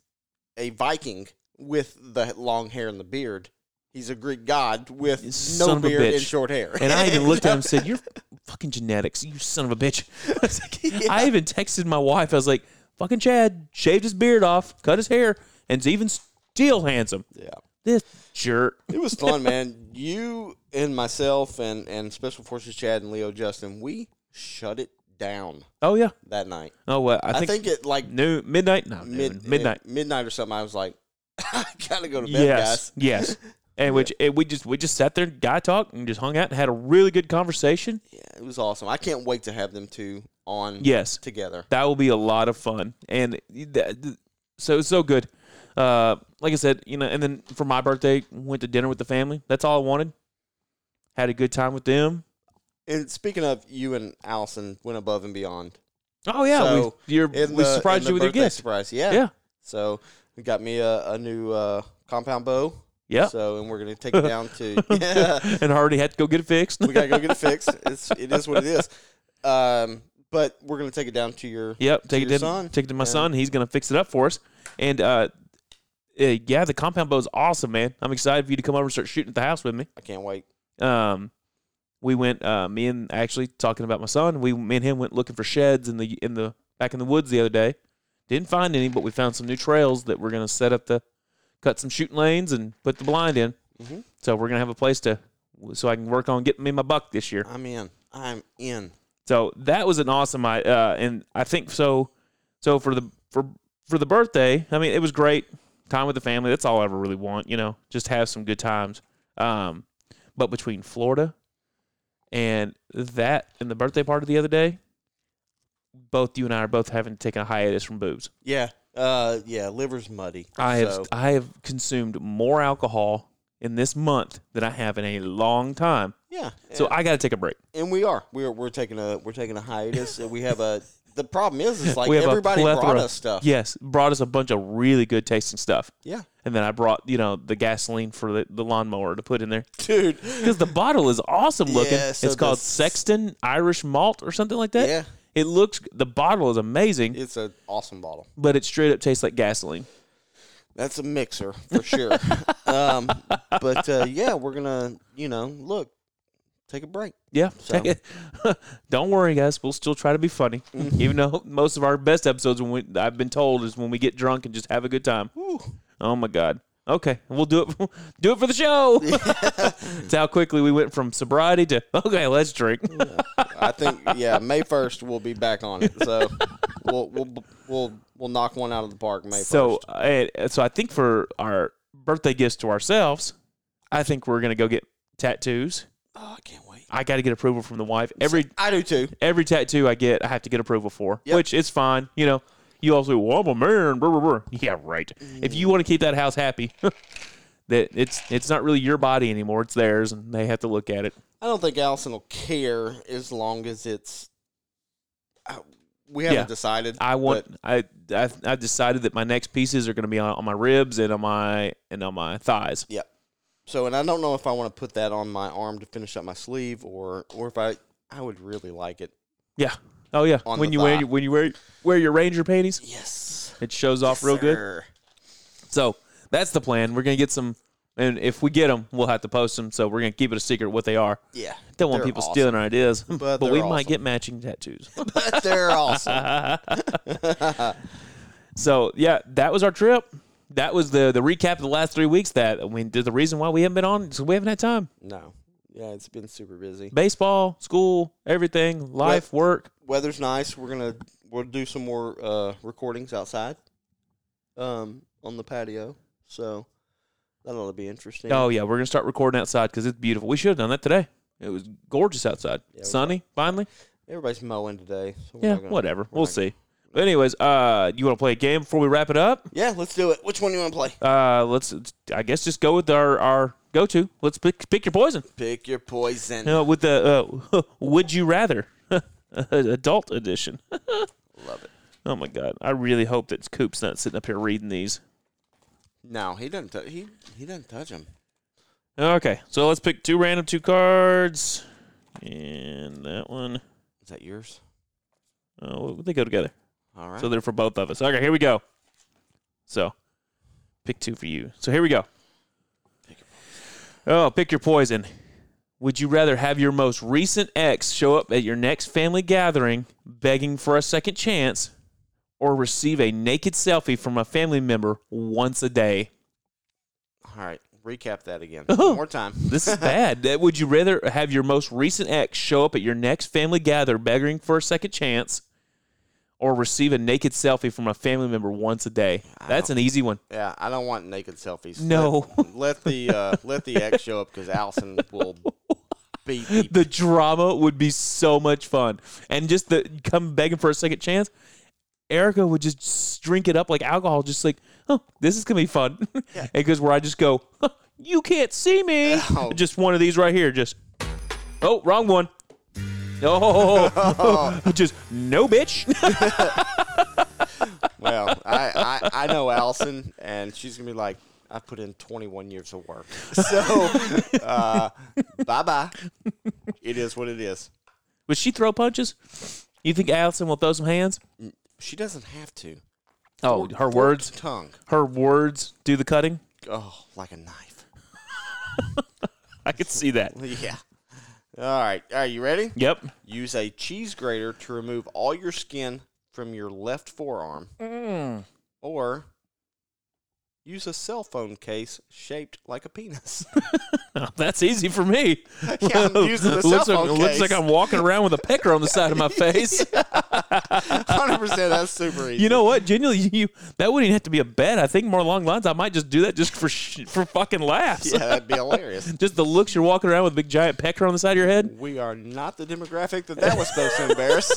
S4: a Viking with the long hair and the beard. He's a Greek god with
S3: Son
S4: no
S3: of a
S4: beard and
S3: bitch.
S4: short hair.
S3: And I even looked at him and said, You're fucking genetics, you son of a bitch. I, was like- I even texted my wife. I was like, Fucking Chad shaved his beard off, cut his hair, and is even still handsome.
S4: yeah.
S3: This jerk.
S4: It was fun, man. You and myself and and Special Forces Chad and Leo Justin, we shut it down
S3: Oh, yeah.
S4: that night.
S3: Oh, well, I
S4: I
S3: think,
S4: think, it like
S3: noon, midnight, no,
S4: mid eh,
S3: noon, midnight.
S4: midnight or something. I was like, I gotta go to bed,
S3: Yes,
S4: guys.
S3: yes. And which and we just we just sat there, guy talked, and just hung out and had a really good conversation.
S4: Yeah, it was awesome. I can't wait to have them two on
S3: Yes,
S4: together.
S3: that will be a lot of fun, and that, so so good. Uh, like I said, you know, and then for my birthday, went to dinner with the family. That's all I wanted. Had a good time with them.
S4: And speaking of you and Allison, went above and beyond.
S3: Oh yeah,
S4: So,
S3: we, you're,
S4: In
S3: we
S4: the-
S3: surprised
S4: in
S3: you with
S4: the
S3: your
S4: birthday
S3: gift.
S4: Surprise, yeah.
S3: Yeah,
S4: So we got me a, a new uh, compound bow.
S3: yeah.
S4: So and we're gonna take it down to. Yeah,
S3: and I already had to go get it fixed.
S4: we gotta go get it fixed. It's it is what it is. Um, but we're gonna take it down to your.
S3: Yep, take
S4: your
S3: it to
S4: son.
S3: take it to my
S4: Yeah.
S3: son. He's gonna fix it up for us. And uh, uh, yeah, the compound bow is awesome, man. I'm excited for you to come over and start shooting at the house with me.
S4: I can't wait.
S3: Um, we went, uh, me and actually talking about my son. We, me and him went looking for sheds in the in the back in the woods the other day. Didn't find any, but we found some new trails that we're gonna set up the, cut some shooting lanes and put the blind in.
S4: Mhm.
S3: So we're gonna have a place to, so I can work on getting me my buck this year.
S4: I'm in. I'm in.
S3: So that was an awesome, I- uh, and I think so. So for the for for the birthday, I mean, it was great time with the family. That's all I ever really want, you know, just have some good times. Um, but between Florida and that and the birthday party the other day, both you and I are both having taken a hiatus from booze.
S4: Yeah. Uh. Yeah. Liver's muddy.
S3: I have
S4: So,
S3: I have consumed more alcohol in this month than I have in a long time.
S4: yeah.
S3: So I got to take a break.
S4: and we are we're we're taking a we're taking a hiatus and we have a the problem is is like
S3: we have
S4: everybody
S3: a plethora,
S4: brought us stuff
S3: Yes, brought us a bunch of really good tasting stuff.
S4: yeah
S3: And then I brought, you know, the gasoline for the, the lawnmower to put in there.
S4: dude
S3: Because the bottle is awesome looking.
S4: Yeah, so
S3: it's called
S4: the-
S3: Sexton Irish Malt or something like that.
S4: Yeah.
S3: It looks, the bottle is amazing,
S4: it's an awesome bottle
S3: but it straight up tastes like gasoline.
S4: that's a mixer for sure um but uh yeah we're gonna you know look take a break
S3: Yeah. take it. Don't worry, guys. We'll still try to be funny. Even though most of our best episodes, when we, I've been told, is when we get drunk and just have a good time. Oh my God. Okay, we'll do it. Do it for the show. It's how quickly we went from sobriety to okay. Let's drink.
S4: i think yeah may 1st we'll be back on it so we'll we'll we'll, we'll knock one out of the park may 1st
S3: so, I, so I think for our birthday gifts to ourselves, I think we're gonna go get tattoos.
S4: oh, i can't wait
S3: I got to get approval from the wife. Every
S4: i do too
S3: every tattoo I get, I have to get approval for,
S4: Yep.
S3: which is fine. You know, you also, well, I'm a man. Blah, blah, blah. Yeah, right. If you want to keep that house happy, that it's it's not really your body anymore. It's theirs, and they have to look at it.
S4: I don't think Allison will care as long as it's. I- we haven't
S3: Yeah.
S4: decided.
S3: I want.
S4: but
S3: I I I decided that my next pieces are going to be on, on my ribs and on my and on my thighs.
S4: yeah. So, and I don't know if I want to put that on my arm to finish up my sleeve, or or if I I would really like it.
S3: Yeah. Oh yeah.
S4: On
S3: when
S4: the
S3: you wear
S4: thigh.
S3: when you wear wear your ranger panties,
S4: Yes,
S3: it shows off real good. So that's the plan. We're gonna get some, and if we get them, we'll have to post them. So we're gonna keep it a secret what they are.
S4: good. Yeah,
S3: Don't want
S4: they're
S3: people
S4: awesome.
S3: stealing our ideas, but,
S4: they're
S3: we
S4: awesome.
S3: might get matching tattoos.
S4: But they're awesome.
S3: so yeah, that was our trip. That was the the recap of the last three weeks. That I mean, the reason why we haven't been on is 'cause we haven't had time.
S4: No, yeah, it's been super busy.
S3: Baseball, school, everything, life, work.
S4: Weather's nice. We're gonna we'll do some more uh, recordings outside, um, on the patio. So that ought to be interesting.
S3: Oh yeah, we're gonna start recording outside because it's beautiful. We should have done that today. It was gorgeous outside,
S4: Yeah, we-
S3: sunny. Finally,
S4: Everybody's mowing today. So we're
S3: yeah,
S4: not gonna-
S3: whatever.
S4: we're
S3: We'll
S4: not gonna-
S3: see. But anyways, uh, you want to play a game before we wrap it up?
S4: Yeah, let's do it. Which one do you want to play?
S3: uh, let's I guess just go with our, our go to. Let's pick pick your poison.
S4: Pick your poison.
S3: You know, with the uh, would you rather adult edition.
S4: Love it.
S3: Oh my god! I really hope that Coop's not sitting up here reading these.
S4: No, he doesn't. T- he he doesn't touch him.
S3: Okay, so let's pick two random two cards, and that one.
S4: Is that yours?
S3: Oh, they go together,
S4: All right.
S3: so they're for both of us. Okay, here we go. So, pick two for you. So here we go. Oh, pick your poison. Would you rather have your most recent ex show up at your next family gathering begging for a second chance or receive a naked selfie from a family member once a day?
S4: All right. Recap that again. One more time.
S3: This is bad. That- Would you rather have your most recent ex show up at your next family gathering begging for a second chance or receive a naked selfie from a family member once a day? That's an easy one.
S4: Yeah, I don't want naked selfies.
S3: No.
S4: Let, let the uh, let the ex show up because Allison will beat me.
S3: the drama would be so much fun. And just the come begging for a second chance, Erica would just drink it up like alcohol, just like, oh, this is gonna be fun. Because where I just go, huh, you can't see me.
S4: Ow.
S3: Just one of these right here, just oh, wrong one. Oh, just no, bitch.
S4: Well, I, I, I know Allison, and she's gonna be like, I put in 21 years of work, so uh, bye bye. It is what it is.
S3: would she throw punches? You think Allison will throw some hands?
S4: She doesn't have to.
S3: Oh, her
S4: Forked
S3: words,
S4: tongue.
S3: her words do the cutting.
S4: Oh, like a knife.
S3: I could see that.
S4: Yeah. All right. All right. You ready?
S3: Yep.
S4: Use a cheese grater to remove all your skin from your left forearm. Or use a cell phone case shaped like a penis.
S3: That's easy for me.
S4: Yeah, I'm using the cell
S3: looks, like,
S4: phone
S3: looks
S4: case.
S3: like I'm walking around with a pecker on the side of my face.
S4: 100%. That's super easy.
S3: You know what? Genuinely, you that wouldn't even have to be a bet. I think more along the lines. I might just do that just for sh- for fucking laughs.
S4: yeah, that'd be hilarious.
S3: Just the looks you're walking around with a big giant pecker on the side of your head.
S4: We are not the demographic that that was supposed to embarrass.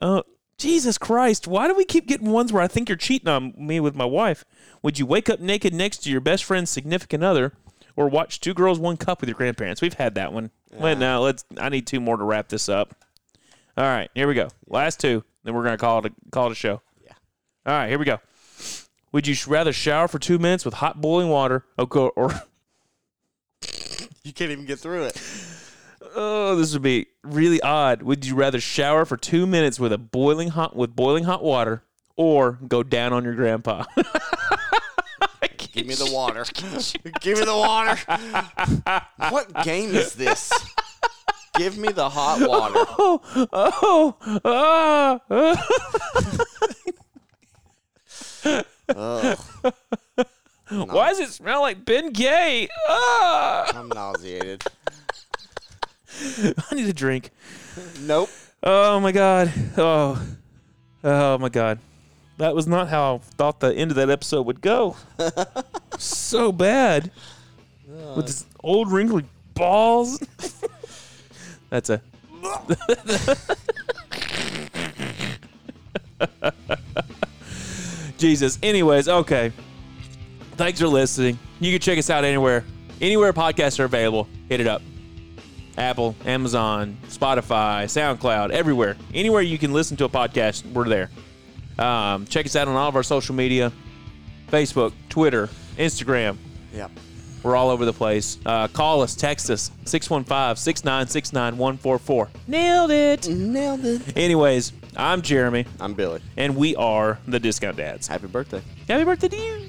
S3: Uh, Jesus Christ! Why do we keep getting ones where I think you're cheating on me with my wife? Would you wake up naked next to your best friend's significant other, or watch Two Girls One Cup with your grandparents? We've had that one. Wait, no, let's. I need two more to wrap this up. All right, here we go. Last two, then we're gonna call it a, call it a show.
S4: Yeah.
S3: All right, here we go. Would you sh- rather shower for two minutes with hot boiling water, or, go- or
S4: You can't even get through it.
S3: oh, this would be really odd. Would you rather shower for two minutes with a boiling hot with boiling hot water, or go down on your grandpa?
S4: Give me the water. Give me the water. what game is this? Give me the hot water.
S3: oh, ah, ah. why does it smell like Ben Gay? Ah.
S4: I'm nauseated.
S3: I need a drink.
S4: Nope.
S3: Oh my god. Oh. Oh my god. That was not how I thought the end of that episode would go. so bad. With this old wrinkly balls. That's a Jesus. Anyways, okay. Thanks for listening. You can check us out anywhere. Anywhere podcasts are available. Hit it up. Apple, Amazon, Spotify, SoundCloud, everywhere. Anywhere you can listen to a podcast, we're there. Um, check us out on all of our social media Facebook, Twitter, Instagram.
S4: Yeah.
S3: We're all over the place. Uh, call us, text us, 615 696 9144. Nailed it.
S4: Nailed it.
S3: Anyways, I'm Jeremy,
S4: I'm Billy.
S3: and we are the Discount Dads.
S4: Happy birthday.
S3: Happy birthday to you.